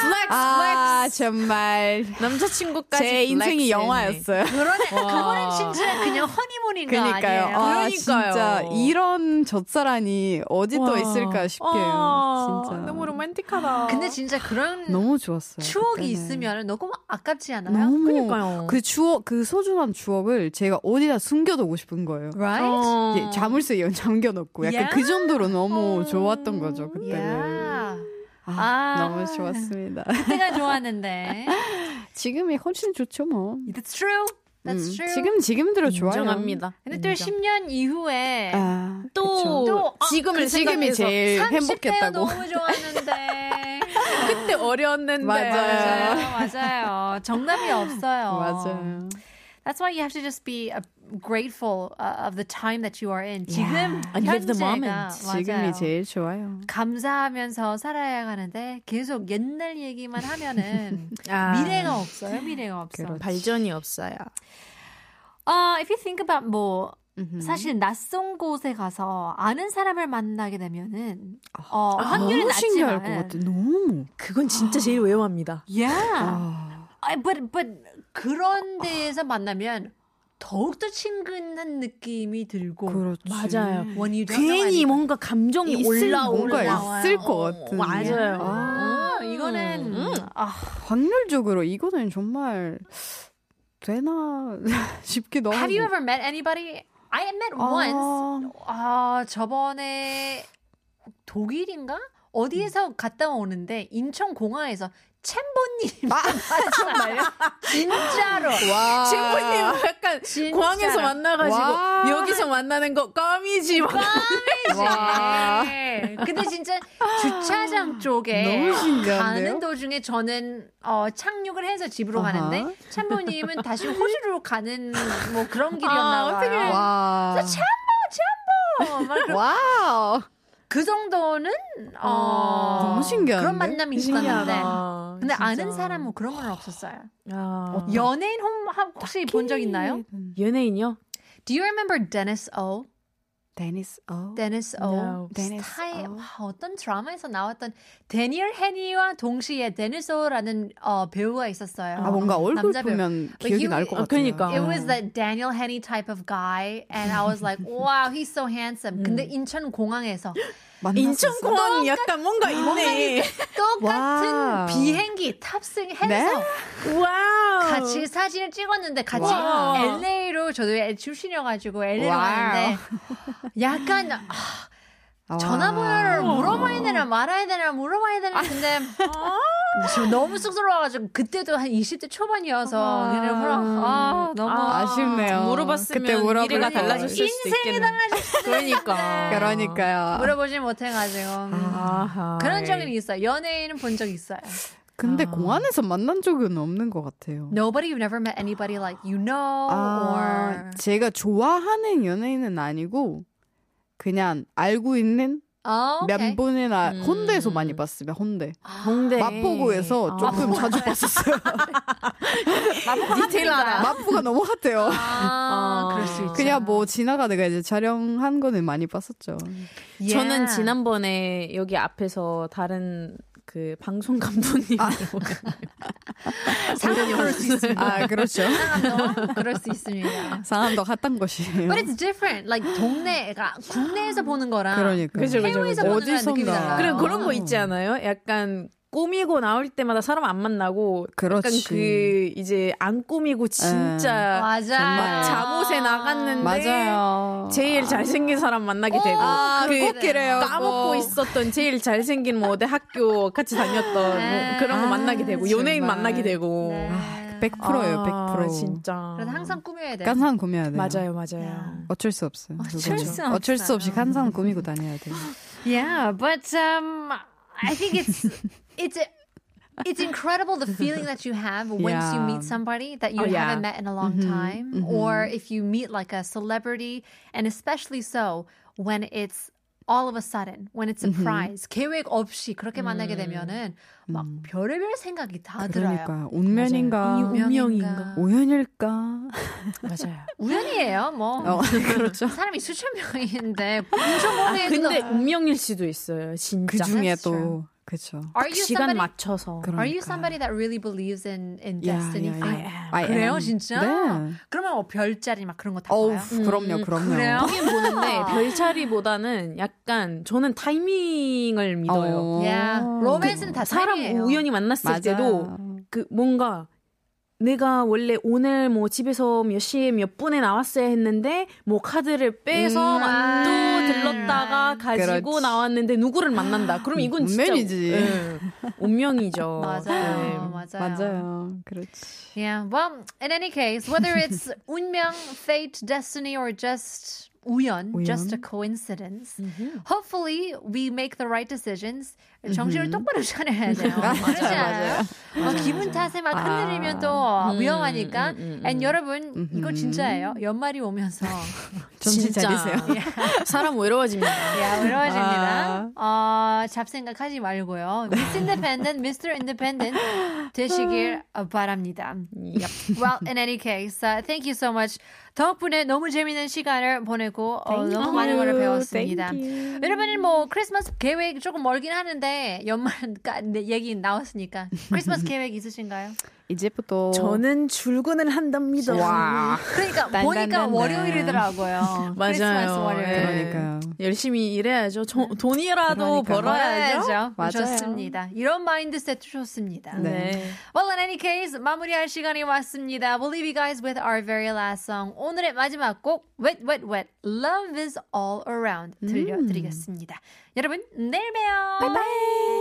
[SPEAKER 5] 플렉스
[SPEAKER 4] 아 정말
[SPEAKER 5] 남자친구까지
[SPEAKER 4] 제 인생이
[SPEAKER 5] 플렉스했네.
[SPEAKER 4] 영화였어요.
[SPEAKER 2] 그러네.
[SPEAKER 5] 와.
[SPEAKER 2] 그거는 진짜 그냥 허니문인 거
[SPEAKER 4] 그러니까요.
[SPEAKER 2] 아니에요.
[SPEAKER 4] 아,
[SPEAKER 5] 그러니까요.
[SPEAKER 4] 진짜 이런 젖사랑이 어디 또
[SPEAKER 5] 와.
[SPEAKER 4] 있을까 싶게요.
[SPEAKER 5] 와,
[SPEAKER 4] 진짜
[SPEAKER 5] 너무 로맨틱하다.
[SPEAKER 2] 근데 진짜 그런
[SPEAKER 4] 어. 너무 좋았어요.
[SPEAKER 2] 추억이
[SPEAKER 4] 그때는.
[SPEAKER 2] 있으면 너무 아깝지 않아요?
[SPEAKER 4] 너무
[SPEAKER 5] 그러니까요.
[SPEAKER 4] 그 추억 그 소중한 추억을 제가 어디다 숨겨두고 싶은 거예요.
[SPEAKER 2] Right?
[SPEAKER 5] 어.
[SPEAKER 4] 이제 자물쇠 연 <laughs> 잠겨놓고 약간
[SPEAKER 2] Yeah.
[SPEAKER 4] 그 정도로 너무 좋았던 거죠 그때는.
[SPEAKER 2] Yeah.
[SPEAKER 4] 어. 아,
[SPEAKER 2] 아.
[SPEAKER 4] 너무 좋았습니다.
[SPEAKER 2] 그때가 좋았는데.
[SPEAKER 4] <laughs> 지금이 훨씬 좋죠 뭐.
[SPEAKER 2] That's true. That's
[SPEAKER 4] 음,
[SPEAKER 2] true.
[SPEAKER 4] 지금 지금대로 좋아요.
[SPEAKER 5] 인정합니다.
[SPEAKER 2] 근데 또
[SPEAKER 5] 인정.
[SPEAKER 2] 10년 이후에
[SPEAKER 4] 아,
[SPEAKER 5] 또,
[SPEAKER 4] 그쵸.
[SPEAKER 2] 또, 아,
[SPEAKER 5] 지금을
[SPEAKER 4] 그 지금이
[SPEAKER 5] 생각해서
[SPEAKER 4] 제일
[SPEAKER 2] 30대가
[SPEAKER 4] 행복했다고.
[SPEAKER 2] 너무 좋았는데. 네,
[SPEAKER 5] 그때
[SPEAKER 4] <laughs>
[SPEAKER 5] 어렸는데
[SPEAKER 4] 맞아요.
[SPEAKER 2] 맞아요. 맞아요. 정답이 없어요.
[SPEAKER 4] <laughs> 맞아요.
[SPEAKER 2] That's why you have to just be uh, grateful uh, of the time that you are in. 지금
[SPEAKER 4] Yeah.
[SPEAKER 5] And live the
[SPEAKER 2] 현재가
[SPEAKER 5] moment.
[SPEAKER 2] 맞아요.
[SPEAKER 4] 지금이 제일 좋아요.
[SPEAKER 2] 감사하면서 살아야 하는데 계속 옛날 얘기만 하면은
[SPEAKER 5] 아.
[SPEAKER 2] 미래가 없어요. 미래가 없어.
[SPEAKER 4] 그렇죠.
[SPEAKER 5] 발전이 없어요.
[SPEAKER 2] 아, if you think about 뭐 사실 낯선 곳에 가서 아는 사람을 만나게 되면은 어,
[SPEAKER 4] 아,
[SPEAKER 2] 확률이
[SPEAKER 4] 너무 신기할
[SPEAKER 2] 낮지만
[SPEAKER 4] 것 같아. 너무.
[SPEAKER 5] 그건 진짜 제일 외워합니다.
[SPEAKER 2] Yeah.
[SPEAKER 4] 아,
[SPEAKER 2] 예? 아, but but 그런 데에서 만나면 더욱 더 친근한 느낌이 들고
[SPEAKER 4] 그렇지. 뭐-
[SPEAKER 5] 맞아요.
[SPEAKER 2] when you don't know
[SPEAKER 5] 음. 괜히
[SPEAKER 2] anything.
[SPEAKER 5] 뭔가 감정이
[SPEAKER 4] 있을
[SPEAKER 5] 올라오는
[SPEAKER 4] 뭔가
[SPEAKER 2] 올라와요.
[SPEAKER 4] 있을 어, 것 같은.
[SPEAKER 5] 맞아요.
[SPEAKER 2] 아, 이거는
[SPEAKER 5] 음.
[SPEAKER 2] 아,
[SPEAKER 4] 확률적으로 이거는 정말 되나 <laughs> 싶기도 하고.
[SPEAKER 2] have you ever met anybody? I met
[SPEAKER 4] 아.
[SPEAKER 2] once. 아 저번에 독일인가 어디에서 갔다 오는데 인천 공항에서 챔버님 <laughs> 정말요? 진짜로
[SPEAKER 4] 아. 와.
[SPEAKER 5] 친구님 약간
[SPEAKER 2] 진짜.
[SPEAKER 5] 공항에서 만나가지고
[SPEAKER 4] 와.
[SPEAKER 5] 여기서 만나는 거 껌이지 뭐. 막.
[SPEAKER 4] 와.
[SPEAKER 2] 네. 근데 진짜 주차장 쪽에
[SPEAKER 4] 너무 신기한데요?
[SPEAKER 2] 네. 가는 도중에 저는 어, 착륙을 해서 집으로
[SPEAKER 4] 아하.
[SPEAKER 2] 가는데 참모님은 다시 호주로 가는 뭐 그런
[SPEAKER 5] 아,
[SPEAKER 2] 길이었나
[SPEAKER 5] 어떡해.
[SPEAKER 2] 봐요.
[SPEAKER 4] 와.
[SPEAKER 2] 어, 막 그-
[SPEAKER 4] 와우.
[SPEAKER 2] 그 정도는 어,
[SPEAKER 5] 아,
[SPEAKER 4] 너무 신기한데? 아,
[SPEAKER 2] 그런 만남이 있었는데
[SPEAKER 5] 신기하다.
[SPEAKER 2] 네. 근데
[SPEAKER 5] 진짜.
[SPEAKER 2] 아는 사람은 뭐 그런 건 없었어요.
[SPEAKER 5] 아.
[SPEAKER 2] 연예인 홈- 혹시 본 적 있나요?
[SPEAKER 5] 연예인요?
[SPEAKER 2] Do you remember Dennis O?
[SPEAKER 4] 데니스 어.
[SPEAKER 2] 데니스 오
[SPEAKER 5] No.
[SPEAKER 4] 데니스
[SPEAKER 2] 스타일
[SPEAKER 4] 오.
[SPEAKER 2] 와, 어떤 드라마에서 나왔던 데니얼 해니와 동시에 데니스 오라는 어, 배우가 있었어요.
[SPEAKER 4] 아 뭔가 얼굴
[SPEAKER 2] 남자 배우.
[SPEAKER 4] 보면
[SPEAKER 2] But
[SPEAKER 4] 기억이
[SPEAKER 2] you-
[SPEAKER 4] 날 것 같아요.
[SPEAKER 5] 아, 그러니까.
[SPEAKER 2] It was that Daniel Henney type of guy, and I
[SPEAKER 4] <laughs>
[SPEAKER 2] was like, wow, he's so handsome. 근데
[SPEAKER 4] 음.
[SPEAKER 2] 인천 공항에서
[SPEAKER 5] 인천공항 약간 아, 뭔가 있네.
[SPEAKER 2] 똑같은
[SPEAKER 4] 와.
[SPEAKER 2] 비행기 탑승해서
[SPEAKER 4] 네?
[SPEAKER 5] 와우.
[SPEAKER 2] 같이 사진을 찍었는데 같이
[SPEAKER 5] 와우.
[SPEAKER 2] LA로 저도 출신이어가지고 LA로
[SPEAKER 4] 와우.
[SPEAKER 2] 가는데 약간 아,
[SPEAKER 4] 와.
[SPEAKER 2] 전화번호를 물어봐야 되나 말아야 되나 물어봐야 되나 근데 지금 너무 쑥스러워가지고 그때도 한 20대 초반이어서
[SPEAKER 5] 아.
[SPEAKER 2] 그냥 그냥 아 너무
[SPEAKER 5] 아,
[SPEAKER 4] 아쉽네요.
[SPEAKER 5] 물어봤으면
[SPEAKER 4] 그때 물어볼
[SPEAKER 5] 미래가
[SPEAKER 4] 걸.
[SPEAKER 5] 달라졌을 수도
[SPEAKER 2] 인생이
[SPEAKER 5] 있겠네.
[SPEAKER 2] 달라졌을
[SPEAKER 5] 그러니까.
[SPEAKER 4] 그러니까요.
[SPEAKER 2] 물어보질 못해가지고 음.
[SPEAKER 5] 아하. 네.
[SPEAKER 2] 그런 적은 있어요 연예인은 본 적 있어요
[SPEAKER 4] 근데
[SPEAKER 5] 아.
[SPEAKER 4] 공항에서 만난 적은 없는 것 같아요.
[SPEAKER 2] Nobody you've never met anybody like you know
[SPEAKER 4] 아,
[SPEAKER 2] or
[SPEAKER 4] 제가 좋아하는 연예인은 아니고 그냥 알고 있는
[SPEAKER 2] 아,
[SPEAKER 4] 몇
[SPEAKER 2] 오케이.
[SPEAKER 4] 분이나
[SPEAKER 5] 음. 네.
[SPEAKER 4] 혼대에서 많이 봤습니다. 혼대.
[SPEAKER 5] 홍대.
[SPEAKER 4] 마포구에서 조금 자주 봤었어요.
[SPEAKER 5] 디테일하다.
[SPEAKER 4] 마포가 너무 핫해요.
[SPEAKER 2] 아,
[SPEAKER 5] 아.
[SPEAKER 2] 그럴 수 있죠
[SPEAKER 4] 그냥 뭐 지나가다가 이제 촬영한 거는 많이 봤었죠.
[SPEAKER 2] Yeah.
[SPEAKER 5] 저는 지난번에 여기 앞에서 다른 그 방송 감독님
[SPEAKER 2] 상황 그럴 수 있습니다.
[SPEAKER 4] 아, <laughs> 그렇죠.
[SPEAKER 2] 상암동 그럴 수 있습니다.
[SPEAKER 4] 상암도 핫한 곳이에요.
[SPEAKER 2] But it's different. Like 동네가 국내에서 보는 거랑
[SPEAKER 4] 그러니까.
[SPEAKER 5] 그죠, 그죠,
[SPEAKER 2] 해외에서
[SPEAKER 5] 그죠.
[SPEAKER 2] 보는 거랑 느낌이
[SPEAKER 4] 어디선가.
[SPEAKER 2] 달라요.
[SPEAKER 5] <laughs> 그리고 그런 거 있지 않아요? 약간 꾸미고 나올 때마다 사람 안 만나고 약간
[SPEAKER 4] 그렇지.
[SPEAKER 5] 그 이제 안 꾸미고 진짜
[SPEAKER 2] 맞아.
[SPEAKER 4] 정말.
[SPEAKER 5] 잠옷에
[SPEAKER 2] 그
[SPEAKER 5] 나갔는데
[SPEAKER 4] 맞아요.
[SPEAKER 5] 제일 잘생긴 사람 만나게
[SPEAKER 2] 어,
[SPEAKER 5] 되고
[SPEAKER 2] 아,
[SPEAKER 5] 그
[SPEAKER 2] 그거 그래요.
[SPEAKER 5] 까먹고 있었던 제일 잘생긴 뭐 어디 학교 같이 다녔던
[SPEAKER 2] 네.
[SPEAKER 5] 뭐 그런 거
[SPEAKER 4] 아,
[SPEAKER 5] 만나게 되고 연예인
[SPEAKER 4] 정말.
[SPEAKER 5] 만나게 되고
[SPEAKER 2] 네.
[SPEAKER 4] 아, 100%예요, 100%.
[SPEAKER 5] 아, 진짜
[SPEAKER 2] 그래서 항상 꾸며야 돼.
[SPEAKER 4] 깐상 구매해야 돼요.
[SPEAKER 5] 맞아요 맞아요
[SPEAKER 4] 어쩔 수 없어요.
[SPEAKER 2] 어쩔
[SPEAKER 4] 그거는.
[SPEAKER 2] 수
[SPEAKER 4] 어쩔 수
[SPEAKER 2] 없어요.
[SPEAKER 4] 없이 깐상 꾸미고 다녀야 돼요.
[SPEAKER 2] Yeah, but um, I think
[SPEAKER 4] <laughs>
[SPEAKER 2] it's it's it's incredible the feeling that you have once you
[SPEAKER 4] Yeah. Mm-hmm.
[SPEAKER 2] meet somebody that you
[SPEAKER 5] Oh, yeah.
[SPEAKER 2] haven't met in a long time, or if you meet like a celebrity, and especially so when it's all of a sudden when it's
[SPEAKER 4] Mm-hmm.
[SPEAKER 2] a surprise 계획 없이 그렇게 만나게 되면은 막 별의별 생각이 다 아, 들어요.
[SPEAKER 4] 그러니까 운명인가
[SPEAKER 5] 운명인가?
[SPEAKER 4] 우연일까?
[SPEAKER 2] <laughs>
[SPEAKER 5] 맞아요
[SPEAKER 2] 우연이에요, 뭐. <laughs>
[SPEAKER 4] 어, 그렇죠.
[SPEAKER 2] 사람이 수천 명인데 엄청 오래 해도
[SPEAKER 5] 근데 운명일 수도 있어요 진짜
[SPEAKER 4] 그 중에
[SPEAKER 2] That's true.
[SPEAKER 4] 또 그렇죠.
[SPEAKER 2] Are you
[SPEAKER 5] 시간
[SPEAKER 2] somebody?
[SPEAKER 5] 맞춰서
[SPEAKER 4] 그러니까.
[SPEAKER 2] Are you somebody that really believes in in
[SPEAKER 4] 야,
[SPEAKER 2] destiny?
[SPEAKER 4] 야, 야.
[SPEAKER 2] thing?
[SPEAKER 4] I am.
[SPEAKER 2] 그래요, 진짜?
[SPEAKER 4] 네.
[SPEAKER 2] 그러면 뭐 별자리 막 그런 거 다
[SPEAKER 4] 어우,
[SPEAKER 2] 봐요?
[SPEAKER 4] 그럼요, 그럼요.
[SPEAKER 2] 그래요?
[SPEAKER 5] 보긴 보는데 별차리보다는 약간 저는 타이밍을 믿어요. 아,
[SPEAKER 4] 어.
[SPEAKER 2] 야, 로맨스는 다
[SPEAKER 5] 사람
[SPEAKER 2] 사랑이에요.
[SPEAKER 5] 우연히 만났을
[SPEAKER 4] 맞아.
[SPEAKER 5] 때도 그 뭔가 내가 원래 오늘 뭐 집에서 몇 시에 몇 분에 나왔어야 했는데 뭐 카드를 빼서
[SPEAKER 2] 음.
[SPEAKER 5] 막
[SPEAKER 2] 아.
[SPEAKER 5] 또 들렀다가 가지고
[SPEAKER 4] 그렇지.
[SPEAKER 5] 나왔는데 누구를 만난다. 그럼 이건 진짜
[SPEAKER 4] 운명이지.
[SPEAKER 5] 예, 운명이죠.
[SPEAKER 2] <laughs>
[SPEAKER 5] 예.
[SPEAKER 2] 맞아요, 네. 맞아요.
[SPEAKER 4] 맞아요. 그렇지.
[SPEAKER 2] Yeah, well, in any case, whether it's <laughs> 운명, fate, destiny, or just 우연,
[SPEAKER 4] 우연.
[SPEAKER 2] just a coincidence, hopefully we make the right decisions. 정신을 똑바로 차려야 돼요. 그렇지 않아요? 아. 음, 막 기분 탓에 막 흔들리면 또 위험하니까. And 여러분, 이거 진짜예요. 연말이 <laughs> 오면서.
[SPEAKER 4] 정신 차리세요.
[SPEAKER 5] <laughs> 사람 외로워집니다.
[SPEAKER 2] 야, 외로워집니다.
[SPEAKER 4] 아.
[SPEAKER 2] 어, 잡생각하지 말고요. Miss Independent, Mr. Independent 되시길
[SPEAKER 4] 아.
[SPEAKER 2] 바랍니다.
[SPEAKER 4] 예.
[SPEAKER 2] Well, in any case, uh, thank you so much. 덕분에 너무 재밌는 시간을 보내고 어, 너무 많은 걸 배웠습니다. 여러분은 뭐 크리스마스 계획 조금 멀긴 하는데 연말 얘기 나왔으니까
[SPEAKER 4] <laughs>
[SPEAKER 2] 크리스마스 계획 있으신가요?
[SPEAKER 4] 이제부터
[SPEAKER 5] 저는 출근을 한답니다.
[SPEAKER 4] 와.
[SPEAKER 2] 그러니까
[SPEAKER 4] 딴,
[SPEAKER 2] 보니까
[SPEAKER 4] 딴, 딴. <laughs>
[SPEAKER 2] 월요일이더라고요.
[SPEAKER 5] 맞아요.
[SPEAKER 2] 크리스마스 월요일.
[SPEAKER 5] 예.
[SPEAKER 4] 그러니까요.
[SPEAKER 5] 열심히 일해야죠. 저- 돈이라도
[SPEAKER 4] 네. 그러니까요.
[SPEAKER 5] 벌어야죠.
[SPEAKER 2] 맞아요.
[SPEAKER 4] 맞아요.
[SPEAKER 2] 좋습니다. 이런 마인드셋 좋습니다.
[SPEAKER 5] 네.
[SPEAKER 2] Well, in any case, 마무리할 시간이 왔습니다. We'll leave you guys with our very last song. 오늘의 마지막 곡, Wet, Wet, Wet,
[SPEAKER 5] 음.
[SPEAKER 2] Love is All Around 들려드리겠습니다. 여러분, 내일 봬요. 바이바이.